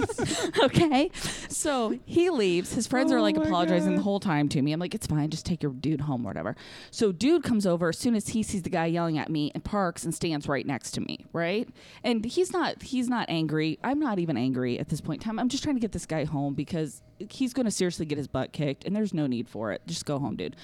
Speaker 2: okay. So he leaves. His
Speaker 3: Oh
Speaker 2: friends are like apologizing the whole time to me. I'm like, It's fine, just take your dude home or whatever. So dude comes over as soon as he sees the guy yelling at me and parks and stands right next to me, right? And he's not he's not angry. I'm not even angry at this point in time. I'm just trying to get this guy home because he's going to seriously get his butt kicked and there's no need for it. Just go home, dude.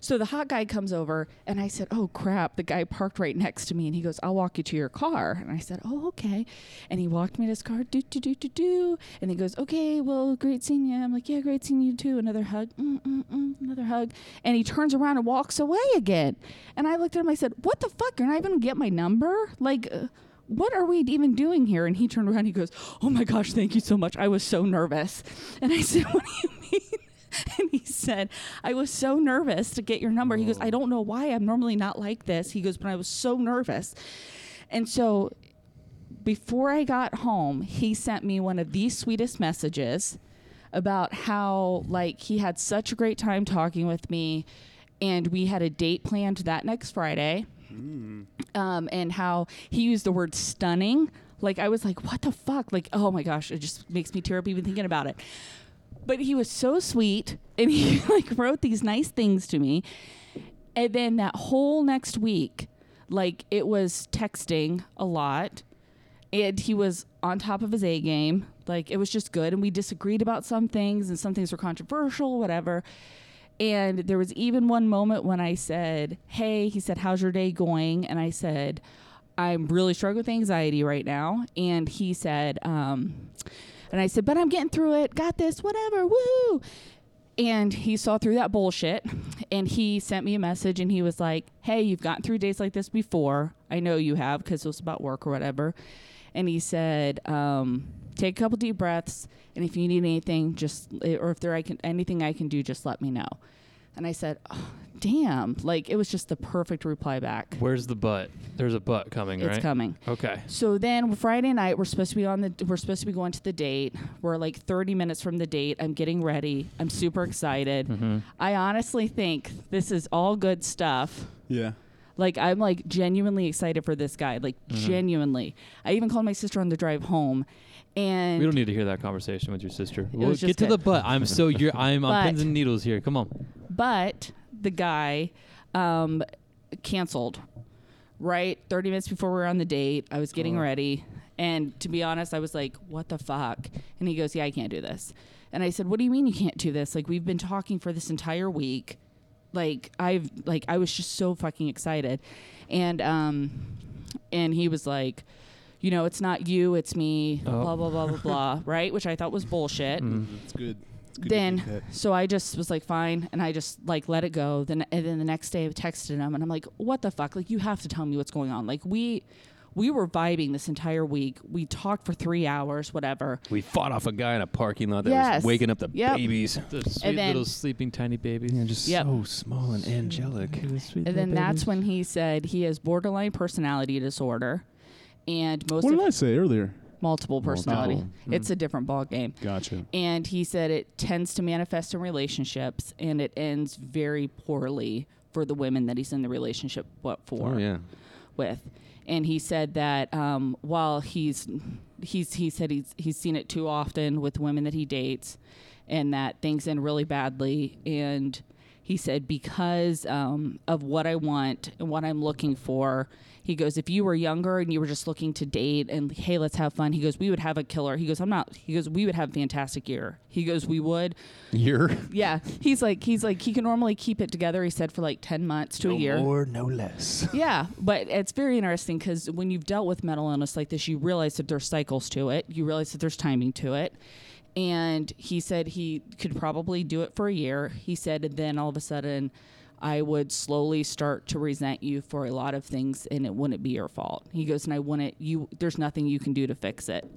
Speaker 2: So the hot guy comes over and I said, "Oh crap, the guy parked right next to me." And he goes, "I'll walk you to your car." And I said, "Oh, okay." And he walked me to his car. Do do do do do. And he goes, "Okay, well, great seeing you." I'm like, "Yeah, great seeing you too." Another hug. Mm, mm, mm, another hug. And he turns around and walks away again. And I looked at him. I said, "What the fuck? You're not even gonna get my number? Like." Uh, what are we even doing here? And he turned around and he goes, Oh my gosh, thank you so much. I was so nervous. And I said, What do you mean? And he said, I was so nervous to get your number. He goes, I don't know why I'm normally not like this. He goes, But I was so nervous. And so before I got home, he sent me one of the sweetest messages about how like he had such a great time talking with me and we had a date planned that next Friday. um, and how he used the word stunning. Like I was like, what the fuck? Like, oh my gosh, it just makes me tear up even thinking about it. But he was so sweet, and he like wrote these nice things to me. And then that whole next week, like it was texting a lot, and he was on top of his A game. Like it was just good, and we disagreed about some things, and some things were controversial, whatever. And there was even one moment when I said, Hey, he said, How's your day going? And I said, I'm really struggling with anxiety right now. And he said, um, And I said, But I'm getting through it. Got this, whatever. Woo. And he saw through that bullshit and he sent me a message and he was like, Hey, you've gotten through days like this before. I know you have because it was about work or whatever. And he said, um, Take a couple deep breaths. And if you need anything, just, eh, or if there I can, anything I can do, just let me know. And I said, oh, Damn. Like it was just the perfect reply back.
Speaker 6: Where's the butt? There's a butt coming,
Speaker 2: It's
Speaker 6: right?
Speaker 2: coming.
Speaker 6: Okay.
Speaker 2: So then Friday night we're supposed to be on the we're supposed to be going to the date. We're like 30 minutes from the date. I'm getting ready. I'm super excited.
Speaker 6: Mm-hmm.
Speaker 2: I honestly think this is all good stuff.
Speaker 3: Yeah.
Speaker 2: Like I'm like genuinely excited for this guy. Like
Speaker 6: Mm-hmm.
Speaker 2: genuinely. I even called my sister on the drive home and
Speaker 6: We don't need to hear that conversation with your sister. We'll
Speaker 2: was
Speaker 6: get
Speaker 2: just
Speaker 6: to the
Speaker 2: good.
Speaker 6: butt. I'm so you're I'm on pins
Speaker 2: But-
Speaker 6: and needles here. Come on.
Speaker 2: but the guy um, canceled right 30 minutes before we were on the date i was getting ready and to be honest i was like what the fuck and he goes yeah i can't do this and i said what do you mean you can't do this like we've been talking for this entire week like i've like i was just so fucking excited and um and he was like you know it's not you it's me blah blah blah blah blah right which i thought was bullshit
Speaker 3: It's good. It's good to think
Speaker 2: then
Speaker 3: that.
Speaker 2: so I just was like fine and I just like let it go then and then the next day I texted him and I'm like what the fuck like you have to tell me what's going on like we we were vibing this entire week we talked for 3 hours whatever
Speaker 4: We fought off a guy in a parking lot that
Speaker 2: Yes.
Speaker 4: was waking up the
Speaker 2: Yep.
Speaker 4: babies.
Speaker 6: The sweet
Speaker 2: then-
Speaker 6: little sleeping tiny babies. Yeah, just
Speaker 2: Yep.
Speaker 4: So small and angelic.
Speaker 2: and then that's when he said he has borderline personality disorder and most
Speaker 3: What did
Speaker 2: of
Speaker 3: I say earlier?
Speaker 2: multiple personality
Speaker 3: Multiple.
Speaker 2: it's a different ball game
Speaker 3: Gotcha.
Speaker 2: and he said it tends to manifest in relationships and it ends very poorly for the women that he's in the relationship what for
Speaker 4: Oh yeah.
Speaker 2: with. And he said that um, while he's he's he said he's he's seen it too often with women that he dates, and that things end really badly. And he said because um, of what I want and what I'm looking for, he goes, if you were younger and you were just looking to date and hey, let's have fun, he goes, we would have a killer. He goes, I'm not. He goes, we would have a fantastic year. He goes, we would.
Speaker 4: You're
Speaker 2: Yeah. He's like he's like he can normally keep it together. He said for like ten months to a year.
Speaker 4: more, no less.
Speaker 2: Yeah, but it's very interesting because when you've dealt with mental illness like this, you realize that there's cycles to it. You realize that there's timing to it. And he said he could probably do it for a year. He said, and then all of a sudden, I would slowly start to resent you for a lot of things, and it wouldn't be your fault. He goes, and I wouldn't. You, there's nothing you can do to fix it.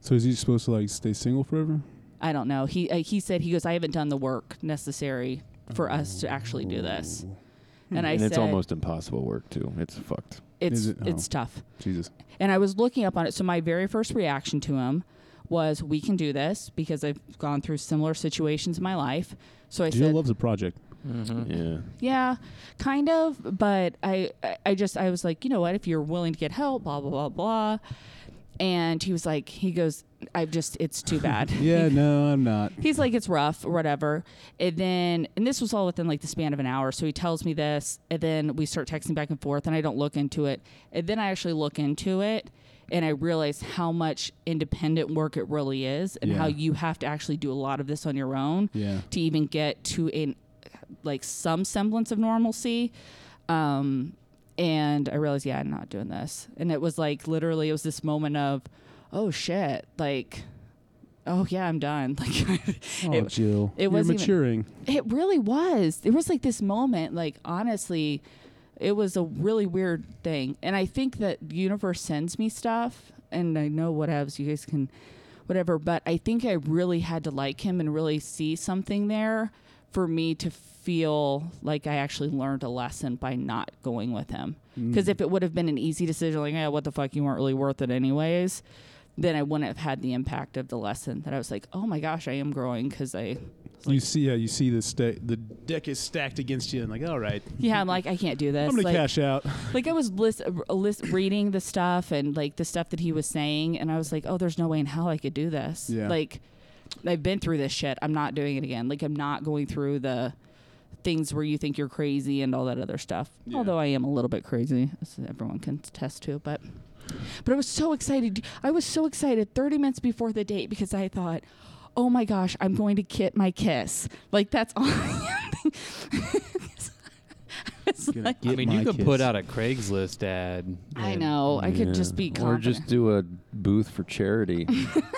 Speaker 3: So is he supposed to like stay single forever?
Speaker 2: I don't know. He uh, he said he goes, I haven't done the work necessary for us to actually do this. And I
Speaker 4: Hmm. and
Speaker 2: said,
Speaker 4: it's almost impossible work too. It's fucked.
Speaker 2: it's
Speaker 3: Is it- oh.
Speaker 2: it's tough.
Speaker 3: Jesus.
Speaker 2: And I was looking up on it. So my very first reaction to him was, "We can do this," because I've gone through similar situations in my life. So I
Speaker 3: Jill
Speaker 2: said,
Speaker 3: loves a project.
Speaker 6: Mm-hmm.
Speaker 2: Mm-hmm.
Speaker 4: Yeah.
Speaker 2: "Yeah, kind of," but I, I- I just, I was like, you know what? If you're willing to get help, blah blah blah blah. And he was like, he goes, "I've just, it's too bad."
Speaker 3: Yeah, no, I'm not.
Speaker 2: he's like it's rough or whatever and then and this was all within like the span of an hour so he tells me this and then we start texting back and forth and i don't look into it and then i actually look into it and i realize how much independent work it really is and
Speaker 3: Yeah.
Speaker 2: how you have to actually do a lot of this on your own
Speaker 3: Yeah.
Speaker 2: to even get to an like some semblance of normalcy um and i realized yeah i'm not doing this and it was like literally it was this moment of oh shit like oh yeah i'm done like
Speaker 3: Oh,
Speaker 2: it,
Speaker 3: Jill.
Speaker 2: it
Speaker 3: You're
Speaker 2: wasn't even-
Speaker 3: maturing.
Speaker 2: it really was there was like this moment like honestly it was a really weird thing and i think that the universe sends me stuff and i know what else you guys can whatever but i think i really had to like him and really see something there for me to feel like i actually learned a lesson by not going with him because if it would have been an easy decision like yeah what the fuck you weren't really worth it anyways then i wouldn't have had the impact of the lesson that i was like oh my gosh i am growing because i
Speaker 3: You see, yeah, you see the sta- the deck is stacked against you, and like, all right,
Speaker 2: Yeah, I'm like, I can't do this.
Speaker 3: I'm gonna
Speaker 2: like,
Speaker 3: cash out.
Speaker 2: like I was list, uh, list reading the stuff and like the stuff that he was saying, and I was like, oh, there's no way in hell I could do this.
Speaker 3: Yeah.
Speaker 2: Like, I've been through this shit. I'm not doing it again. Like, I'm not going through the things where you think you're crazy and all that other stuff.
Speaker 3: Yeah.
Speaker 2: Although I am a little bit crazy, as everyone can attest to, but. But I was so excited. I was so excited 30 minutes before the date because I thought, oh my gosh, I'm going to get my kiss. Like, that's all. I was
Speaker 3: Gonna
Speaker 2: like,
Speaker 3: get
Speaker 6: I mean,
Speaker 3: my
Speaker 6: you could
Speaker 3: kiss.
Speaker 6: put out a Craigslist ad.
Speaker 2: I
Speaker 6: and-
Speaker 2: know. Oh, I could just
Speaker 4: Yeah.
Speaker 2: be
Speaker 4: Or
Speaker 2: confident.
Speaker 4: just do a booth for charity.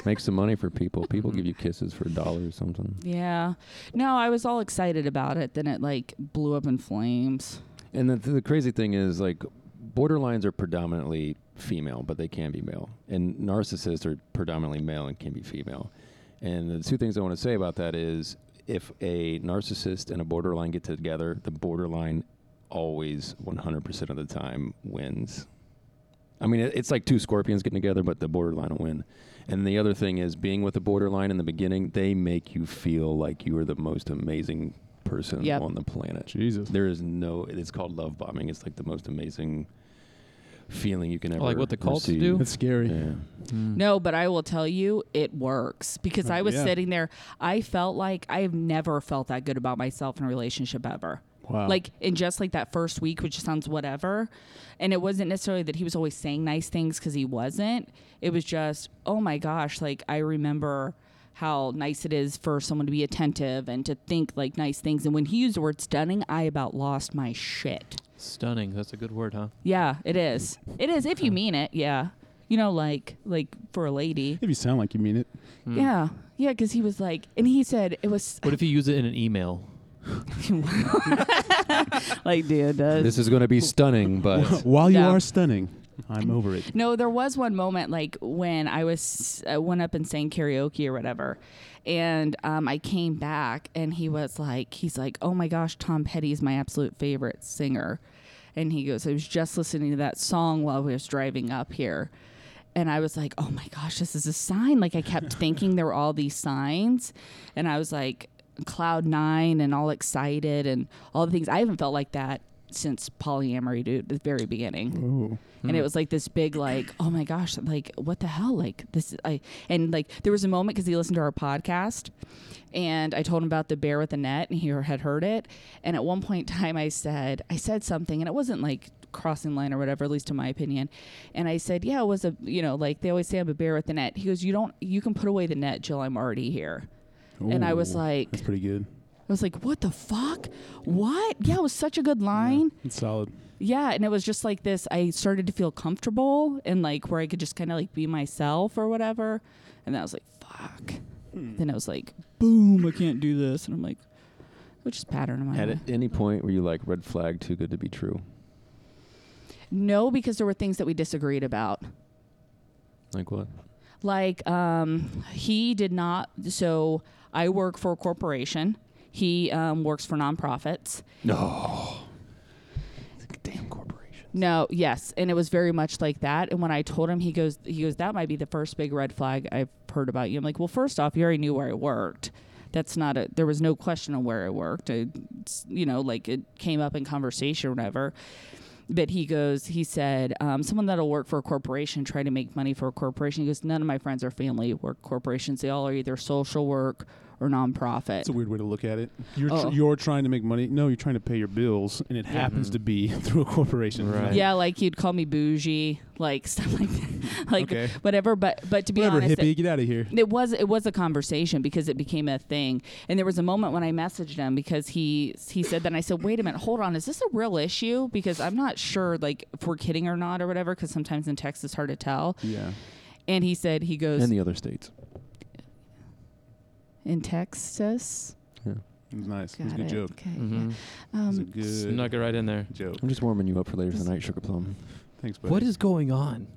Speaker 4: Make some money for people. People give you kisses for a dollar or something.
Speaker 2: Yeah. No, I was all excited about it. Then it like blew up in flames.
Speaker 3: Mm-hmm.
Speaker 4: And the, the crazy thing is, like, borderlines are predominantly female, but they can be male. And narcissists are predominantly male and can be female. And the two things I want to say about that is if a narcissist and a borderline get together, the borderline always 100% of the time wins. I mean, it- it's like two scorpions getting together, but the borderline will win. And the other thing is being with the borderline in the beginning, they make you feel like you are the most amazing person
Speaker 2: Yep.
Speaker 4: on the planet.
Speaker 3: Jesus,
Speaker 4: There is no. It's called love bombing. It's like the most amazing feeling you can ever.
Speaker 6: Like what the cults
Speaker 4: receive.
Speaker 6: do?
Speaker 3: that's scary.
Speaker 4: Yeah.
Speaker 6: Mm.
Speaker 2: No, but I will tell you, it works because I was
Speaker 3: yeah.
Speaker 2: sitting there. I felt like I have never felt that good about myself in a relationship ever.
Speaker 3: Wow.
Speaker 2: Like in just like that first week, which sounds whatever, and it wasn't necessarily that he was always saying nice things because he wasn't. It was just, oh my gosh, like I remember how nice it is for someone to be attentive and to think like nice things. And when he used the word stunning, I about lost my shit.
Speaker 6: Stunning. That's a good word, huh?
Speaker 2: Yeah, it is. It is if you mean it. Yeah, you know, like like for a lady.
Speaker 3: if you sound like you mean it,
Speaker 6: Mm.
Speaker 2: Yeah, yeah, because he was like, and he said it was
Speaker 6: What if you use it in an email?
Speaker 2: like Dia does.
Speaker 4: This is going to be stunning, but
Speaker 3: while you
Speaker 2: Yeah.
Speaker 3: are stunning, I'm over it.
Speaker 2: No, there was one moment like when I was I went up and sang karaoke or whatever, and um, I came back and he was like, he's like, oh my gosh, Tom Petty is my absolute favorite singer, and he goes, I was just listening to that song while we was driving up here. And I was like, oh my gosh, this is a sign. Like, I kept thinking there were all these signs. And I was like, cloud nine and all excited and all the things. I haven't felt like that since polyamory, dude, the very beginning
Speaker 3: Oh,
Speaker 2: and it was like this big like oh my gosh like what the hell like this i and like there was a moment because he listened to our podcast and i told him about the bear with the net and he had heard it and at one point in time i said i said something and it wasn't like crossing line or whatever at least in my opinion and i said yeah it was a you know like they always say i'm a bear with the net he goes you don't you can put away the net jill i'm already here and i was
Speaker 3: Ooh,
Speaker 2: like
Speaker 3: that's pretty good.
Speaker 2: i was like what the fuck what yeah it was such a good line
Speaker 3: It's solid.
Speaker 2: yeah, and it was just like this. I started to feel comfortable and like where I could just kind of like be myself or whatever. And then I was like, fuck. Then it was like, boom, I can't do this. And I'm like, which is pattern in my
Speaker 4: at
Speaker 2: life.
Speaker 4: any point where you like red flag too good to be true,
Speaker 2: No, because there were things that we disagreed about.
Speaker 4: like what?
Speaker 2: like um, he did not so i work for a corporation he um, works for nonprofits no damn corporation no yes and it was very much like that and when i told him he goes he goes that might be the first big red flag i've heard about you i'm like well first off you already knew where i worked that's not a there was no question on where i worked I, you know like it came up in conversation or whatever but he goes, he said, um, someone that'll work for a corporation, try to make money for a corporation. He goes, none of my friends or family work corporations. They all are either social work or nonprofit.
Speaker 3: It's a weird way to look at it. You're tr-
Speaker 2: Oh.
Speaker 3: you're trying to make money. No, you're trying to pay your bills, and it happens to be through a corporation.
Speaker 6: Right.
Speaker 2: yeah, like you'd call me bougie, like stuff like that, like
Speaker 3: Okay.
Speaker 2: whatever. But but to be
Speaker 3: Whatever,
Speaker 2: honest,
Speaker 3: hippie, get out of here.
Speaker 2: it was it was a conversation because it became a thing and there was a moment when i messaged him because he he said that and i said wait a minute hold on is this a real issue because i'm not sure like if we're kidding or not or whatever because sometimes in text it's hard to tell
Speaker 3: Yeah.
Speaker 2: and he said he goes
Speaker 4: And the other states.
Speaker 2: in Texas.
Speaker 3: It was nice.
Speaker 2: Got
Speaker 3: it was a good
Speaker 2: it.
Speaker 3: joke.
Speaker 2: Okay.
Speaker 6: Mm-hmm.
Speaker 3: It was a
Speaker 2: Um,
Speaker 3: good
Speaker 6: Snuck it right in there.
Speaker 3: joke.
Speaker 4: I'm just warming you up for later tonight, Sugar Plum.
Speaker 3: Thanks, buddy.
Speaker 6: What is going on?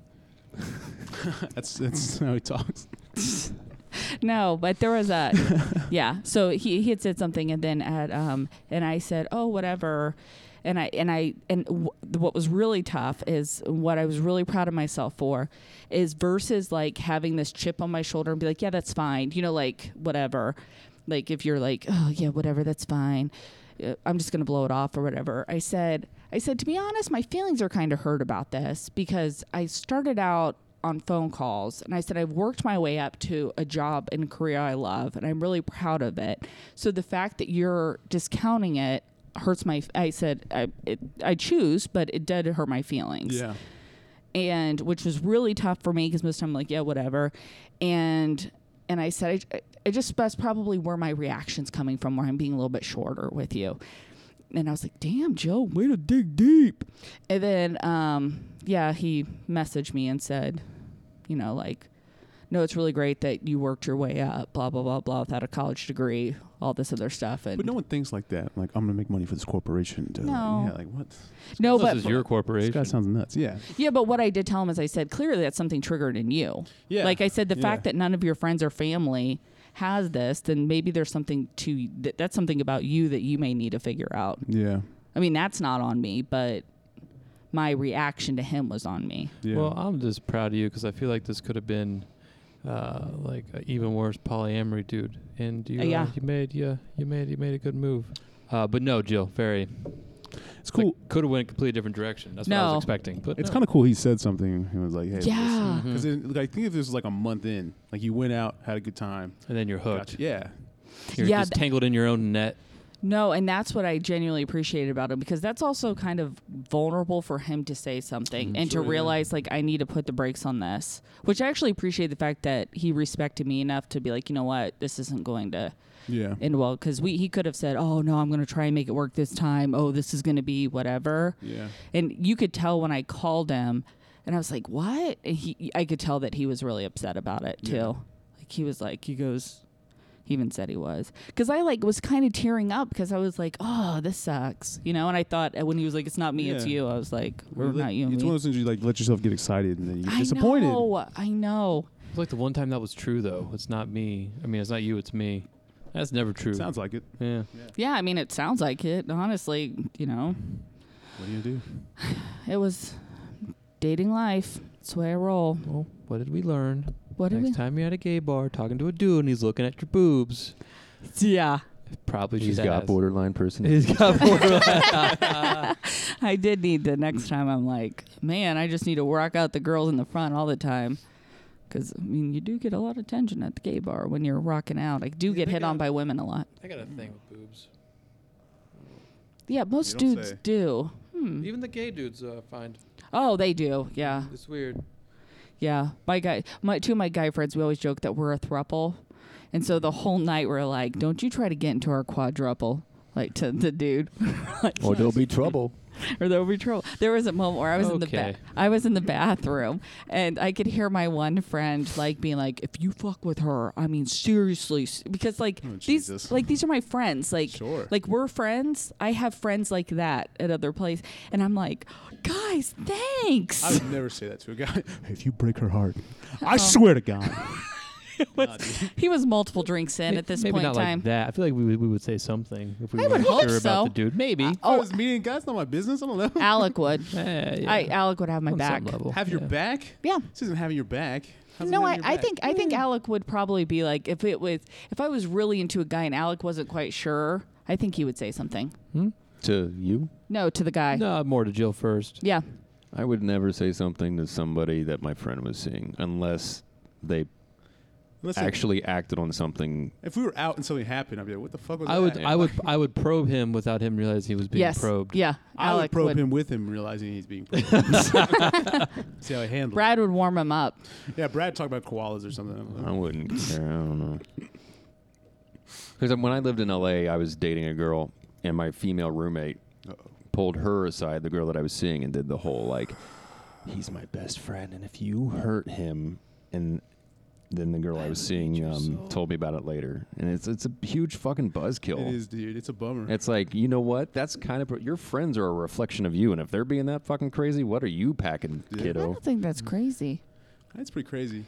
Speaker 3: that's that's how he talks.
Speaker 2: no, but there was a yeah. So he, he had said something, and then at um, and I said, oh whatever, and I and I and w- what was really tough is what I was really proud of myself for is versus like having this chip on my shoulder and be like, yeah, that's fine, you know, like whatever. like if you're like, oh yeah, whatever, that's fine. Uh, I'm just gonna blow it off or whatever. I said, I said to be honest, my feelings are kind of hurt about this because I started out on phone calls and I said I've worked my way up to a job and a career I love and I'm really proud of it. So the fact that you're discounting it hurts my. I said I it, I choose, but it did hurt my feelings
Speaker 3: Yeah.
Speaker 2: and which was really tough for me because most of the time I'm like, yeah, whatever. And and I said, I, I just that's probably where my reaction's coming from, where I'm being a little bit shorter with you. And I was like, damn, Joe, way to dig deep. And then, um, yeah, he messaged me and said, you know, like, no, it's really great that you worked your way up, blah blah blah blah, without a college degree, all this other stuff. And
Speaker 3: But no one thinks like that. Like I'm gonna make money for this corporation. To,
Speaker 2: No.
Speaker 3: Yeah. Like what?
Speaker 2: no,
Speaker 6: this
Speaker 2: but
Speaker 6: is your
Speaker 3: This guy
Speaker 6: corporation.
Speaker 3: sounds nuts. Yeah.
Speaker 2: yeah, but what I did tell him is I said clearly that's something triggered in you.
Speaker 3: Yeah.
Speaker 2: Like I said, the
Speaker 3: Yeah.
Speaker 2: fact that none of your friends or family has this, then maybe there's something to that, that's something about you that you may need to figure out.
Speaker 3: Yeah.
Speaker 2: I mean, that's not on me, but my reaction to him was on me.
Speaker 3: Yeah.
Speaker 6: Well, I'm just proud of you because I feel like this could have been uh, like an even worse polyamory, dude. And you,
Speaker 2: Uh,
Speaker 6: uh,
Speaker 2: yeah.
Speaker 6: you made, yeah, you made, you made a good move. Uh, but no, Jill, very.
Speaker 3: it's cool.
Speaker 6: could have went a completely different direction. That's what I
Speaker 2: No.
Speaker 6: was expecting. But
Speaker 3: it's
Speaker 6: no. Hmm.
Speaker 3: kind of cool. He said something. He was mm-hmm. like, "Hey."
Speaker 2: Yeah.
Speaker 3: Because I think if this was like a month in, like you went out, had a good time.
Speaker 6: And then you're hooked.
Speaker 3: Gotcha. Yeah.
Speaker 6: You're
Speaker 2: Yeah,
Speaker 6: just
Speaker 2: th-
Speaker 6: tangled in your own net.
Speaker 2: No, and that's what I genuinely appreciated about him because that's also kind of vulnerable for him to say something and
Speaker 3: Mm-hmm. sure,
Speaker 2: to
Speaker 3: yeah.
Speaker 2: realize like I need to put the brakes on this. Which I actually appreciate the fact that he respected me enough to be like, you know what, this isn't going to
Speaker 3: Yeah.
Speaker 2: end well because we he could have said, oh no, I'm going to try and make it work this time. Oh, this is going to be whatever.
Speaker 3: yeah.
Speaker 2: And you could tell when I called him, and I was like, "What?" And he, I could tell that he was really upset about it too.
Speaker 3: Yeah.
Speaker 2: Like he was like, he goes, he even said he was, because I like was kind of tearing up because I was like, "Oh, this sucks," you know. And I thought uh, when he was like, "It's not me, it's
Speaker 3: Yeah.
Speaker 2: you," I was like, "We're
Speaker 3: Like,
Speaker 2: not you." and
Speaker 3: It's
Speaker 2: me."
Speaker 3: one of those things you like let yourself get excited and then you get
Speaker 2: I
Speaker 3: disappointed.
Speaker 2: know, I know.
Speaker 6: It's like the one time that was true, though. It's not me. I mean, it's not you. It's me. That's never true.
Speaker 3: Sounds like it.
Speaker 6: yeah.
Speaker 2: Yeah, I mean, it sounds like it. Honestly, you know,
Speaker 3: What do you do?
Speaker 2: it was dating life. That's the way I roll.
Speaker 6: Well, what did we learn?
Speaker 2: What did
Speaker 6: Next
Speaker 2: we?
Speaker 6: time you're at a gay bar talking to a dude and he's looking at your boobs,
Speaker 2: Yeah,
Speaker 6: probably
Speaker 4: He's
Speaker 6: just
Speaker 4: got
Speaker 6: ask.
Speaker 4: borderline personality.
Speaker 6: He's got borderline.
Speaker 2: I did need the next time. I'm like, man, I just need to rock out the girls in the front all the time. Because, I mean, you do get a lot of attention at the gay bar when you're rocking out. I do get hit on by women a lot.
Speaker 6: I got a thing with boobs.
Speaker 2: Yeah, most
Speaker 3: don't
Speaker 2: dudes
Speaker 3: say.
Speaker 2: do. Hmm.
Speaker 6: Even the gay dudes uh, find
Speaker 2: Oh, they do. Yeah.
Speaker 6: it's weird.
Speaker 2: Yeah. My guy, my two of my guy friends, we always joke that we're a thruple. And so the whole night we're like, don't you try to get into our quadruple. Like to the dude,
Speaker 4: or Oh, there'll be trouble.
Speaker 2: or there'll be trouble. There was a moment where I was in the
Speaker 6: Okay.
Speaker 2: ba- I was in the bathroom and I could hear my one friend like being like, "If you fuck with her, I mean seriously," s- because like
Speaker 3: Oh,
Speaker 2: these
Speaker 3: Jesus.
Speaker 2: like these are my friends. Like
Speaker 3: Sure.
Speaker 2: like we're friends. I have friends like that at other place, and I'm like, guys,
Speaker 3: I
Speaker 2: thanks.
Speaker 3: would never say that to a guy. if you break her heart,
Speaker 2: Oh.
Speaker 3: I swear to God.
Speaker 2: he was multiple drinks in at this
Speaker 6: Maybe
Speaker 2: point in
Speaker 6: not
Speaker 2: time.
Speaker 6: like that. I feel like we would, we would say something if we
Speaker 2: I
Speaker 6: were
Speaker 2: would
Speaker 6: sure
Speaker 2: hope
Speaker 6: about
Speaker 2: so.
Speaker 6: the dude. Maybe.
Speaker 3: oh, I
Speaker 2: oh,
Speaker 3: was meeting guys. Not my business. I don't know.
Speaker 2: Alec would.
Speaker 6: Eh, yeah.
Speaker 2: I Alec would have my
Speaker 6: On some
Speaker 2: back.
Speaker 6: level,
Speaker 3: Have your
Speaker 6: yeah.
Speaker 3: back.
Speaker 2: Yeah.
Speaker 3: This isn't having your back. How's it
Speaker 2: No, I,
Speaker 3: having your
Speaker 2: I
Speaker 3: back?
Speaker 2: think I think Alec would probably be like if it was if I was really into a guy and Alec wasn't quite sure, I think he would say something.
Speaker 4: To you?
Speaker 2: No, to the guy.
Speaker 6: No, more to Jill first.
Speaker 2: Yeah.
Speaker 4: I would never say something to somebody that my friend was seeing unless they
Speaker 3: Listen,
Speaker 4: actually acted on something.
Speaker 3: if we were out and something happened, I'd be like, "What the fuck was
Speaker 6: I
Speaker 3: that?"
Speaker 6: would I would I would probe him without him realizing he was being
Speaker 2: yes.
Speaker 6: probed.
Speaker 2: Yeah.
Speaker 3: I
Speaker 2: Alec
Speaker 3: would probe him with him, realizing he's being probed. See how I handle.
Speaker 2: Brad would warm him up.
Speaker 3: it. Yeah, Brad talked about koalas or something. I don't know.
Speaker 4: I wouldn't care. I don't know. Because when I lived in LA, I was dating a girl, and my female roommate pulled her aside, the girl that I was seeing, and did the whole like, "He's my best friend, and if you hurt him," and then the girl I, was seeing um, told me about it later, and it's it's a huge fucking buzzkill.
Speaker 3: It is, dude. It's a bummer.
Speaker 4: It's like you know what? That's kind of your friends are a reflection of you, and if they're being that fucking crazy, what are you packing,
Speaker 3: Yeah.
Speaker 2: I
Speaker 4: kiddo?
Speaker 2: don't think that's crazy.
Speaker 3: That's pretty crazy.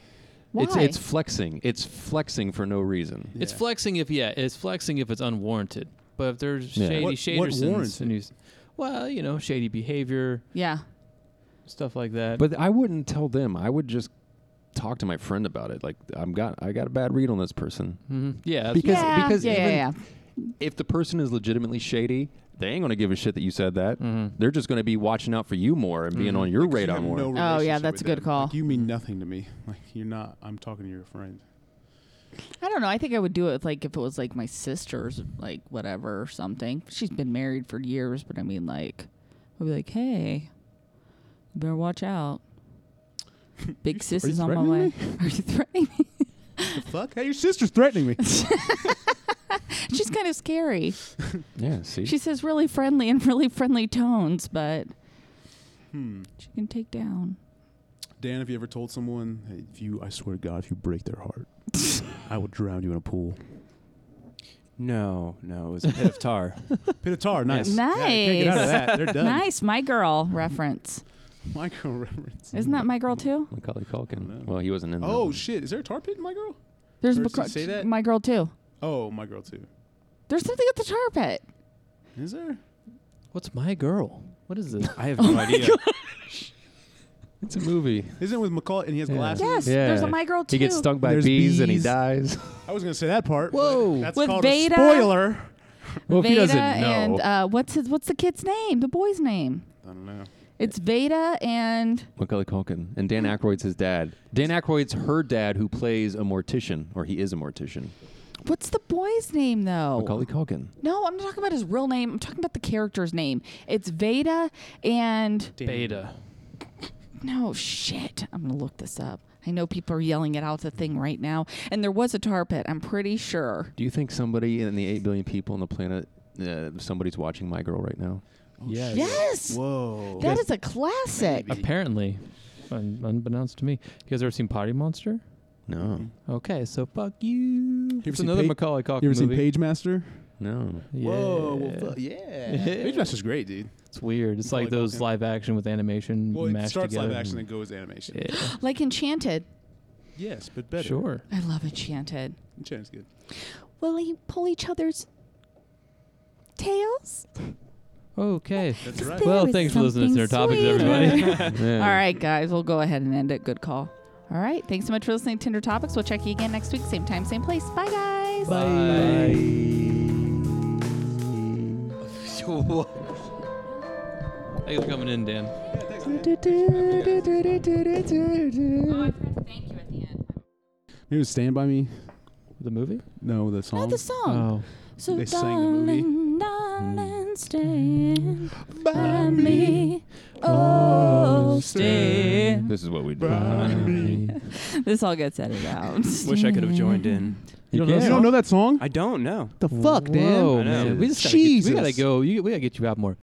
Speaker 2: Why?
Speaker 4: It's it's flexing. It's flexing for no reason.
Speaker 6: It's
Speaker 3: Yeah.
Speaker 6: flexing if yeah, it's flexing if it's unwarranted. But if there's
Speaker 4: Yeah.
Speaker 6: shady
Speaker 3: What- what
Speaker 6: shadersons
Speaker 3: warrants
Speaker 6: and you, s- well, you know, shady behavior,
Speaker 2: yeah.
Speaker 6: stuff like that.
Speaker 4: But I wouldn't tell them. I would just talk to my friend about it. Like I'm got I got a bad read on this person.
Speaker 6: Mm-hmm. Yeah. that's-
Speaker 4: Because-
Speaker 2: yeah,
Speaker 4: because
Speaker 2: yeah, yeah,
Speaker 4: even-
Speaker 2: yeah.
Speaker 4: If the person is legitimately shady, they ain't gonna give a shit that you said that.
Speaker 6: Mhm.
Speaker 4: They're just gonna be watching out for you more and being on your
Speaker 3: Mm. Like, you
Speaker 4: radar
Speaker 3: have
Speaker 4: more.
Speaker 3: no
Speaker 2: Oh, yeah,
Speaker 3: relationship
Speaker 2: that's
Speaker 3: with
Speaker 2: a good
Speaker 3: them.
Speaker 2: call. Mm-hmm.
Speaker 3: Like, you mean nothing to me. Like you're not. I'm talking to your friend.
Speaker 2: I don't know. I think I would do it with, like if it was like my sister's like whatever or something. She's been married for years, but I mean like I'd be like, hey, you better watch out. Big sis
Speaker 3: are you
Speaker 2: is on my way.
Speaker 3: threatening
Speaker 2: Are you threatening me?
Speaker 3: the fuck? Hey, your sister's threatening me.
Speaker 2: She's kind of scary.
Speaker 4: Yeah, see.
Speaker 2: She says really friendly and really friendly tones, but
Speaker 3: hmm.
Speaker 2: she can take down.
Speaker 3: Dan, have you ever told someone "Hey, if you? I swear to God, if you break their heart, I will drown you in a pool.
Speaker 5: No, no, it was a pit of tar.
Speaker 3: Pit of tar. Nice.
Speaker 2: Nice.
Speaker 3: Yeah, they can't get out of that. They're done.
Speaker 2: Nice, my girl reference.
Speaker 3: Micro reference.
Speaker 2: Isn't that my girl too?
Speaker 4: Macaulay
Speaker 3: No.
Speaker 4: Culkin. Well, he wasn't in. that
Speaker 3: Oh
Speaker 4: one.
Speaker 3: shit! Is there a tar pit in my girl?
Speaker 2: There's
Speaker 3: Or
Speaker 2: my
Speaker 3: does it
Speaker 2: girl-
Speaker 3: say that?
Speaker 2: my girl too.
Speaker 3: Oh, my girl too.
Speaker 2: There's something at the tar pit.
Speaker 3: Is there?
Speaker 6: What's my girl? What is this?
Speaker 5: I have no idea.
Speaker 4: it's a movie.
Speaker 3: Isn't it with McCall and he has
Speaker 6: Yeah.
Speaker 3: glasses?
Speaker 2: Yes, there's a my girl too.
Speaker 4: He gets stung by
Speaker 3: There's
Speaker 4: bees, and he
Speaker 3: bees.
Speaker 4: dies.
Speaker 3: I was gonna say that part. but
Speaker 6: Whoa.
Speaker 3: That's
Speaker 2: With
Speaker 3: called
Speaker 2: Veda?
Speaker 3: a spoiler.
Speaker 4: Well, if
Speaker 2: Veda
Speaker 4: he doesn't know,
Speaker 2: and uh, what's his, what's the kid's name? The boy's name.
Speaker 3: I don't know.
Speaker 2: It's Veda and
Speaker 4: Macaulay Culkin and Dan Aykroyd's his dad. Dan Aykroyd's her dad, who plays a mortician, or he is a mortician.
Speaker 2: what's the boy's name though?
Speaker 3: Oh.
Speaker 4: Macaulay Culkin.
Speaker 2: No, I'm not talking about his real name. I'm talking about the character's name. It's Veda and
Speaker 6: Beta.
Speaker 2: no shit. I'm gonna look this up. I know people are yelling it out the thing right now, and there was a tar pit. I'm pretty sure.
Speaker 4: Do you think somebody in the eight billion people on the planet, uh, somebody's watching My Girl right now?
Speaker 6: Yeah.
Speaker 2: Yes,
Speaker 3: Oh, Whoa.
Speaker 2: that is a classic.
Speaker 6: Apparently, un- unbeknownst to me, you guys ever seen Potty Monster?
Speaker 4: No,
Speaker 6: Okay, so fuck you.
Speaker 3: ever
Speaker 6: It's
Speaker 3: seen
Speaker 6: another
Speaker 3: Pa-
Speaker 6: Macaulay Culkin
Speaker 3: you ever seen
Speaker 6: movie.
Speaker 3: Page Master?
Speaker 4: no.
Speaker 6: Yeah.
Speaker 3: Whoa. Well, fuck, yeah. Page Master's great, dude.
Speaker 6: It's weird. It's like
Speaker 3: Macaulay
Speaker 6: those
Speaker 3: Culkin.
Speaker 6: live action with animation
Speaker 3: Well, it
Speaker 6: mashed
Speaker 3: starts
Speaker 6: together.
Speaker 3: live action and goes animation.
Speaker 6: Yeah.
Speaker 2: Like Enchanted.
Speaker 3: Yes, but better.
Speaker 6: Sure.
Speaker 2: I love Enchanted.
Speaker 3: Chan's good.
Speaker 2: Will he pull each other's tails?
Speaker 6: Okay.
Speaker 3: That's right.
Speaker 7: There
Speaker 6: Well,
Speaker 7: was
Speaker 6: thanks for listening to our
Speaker 7: something
Speaker 6: topics, everybody.
Speaker 2: All right, guys, we'll go ahead and end it. Good call. All right, thanks so much for listening to Tinder Topics. We'll check you again next week, same time, same place. Bye, guys.
Speaker 6: Thanks for coming in, Dan.
Speaker 2: thank you at the end.
Speaker 3: Maybe it was Stand By Me.
Speaker 6: The movie? Oh.
Speaker 3: No, the song.
Speaker 2: Not the song. So
Speaker 3: They sang the movie.
Speaker 2: darling, darling, stand by me. Oh, stand.
Speaker 4: This is what we do.
Speaker 2: This all gets edited out.
Speaker 5: Wish I could have joined in.
Speaker 6: You don't
Speaker 3: You
Speaker 6: know
Speaker 3: don't know that song?
Speaker 5: I don't know.
Speaker 3: the fuck,
Speaker 6: Whoa,
Speaker 5: I know.
Speaker 6: man. We just gotta get, we
Speaker 3: Jesus.
Speaker 6: gotta go. You, we gotta get you out more.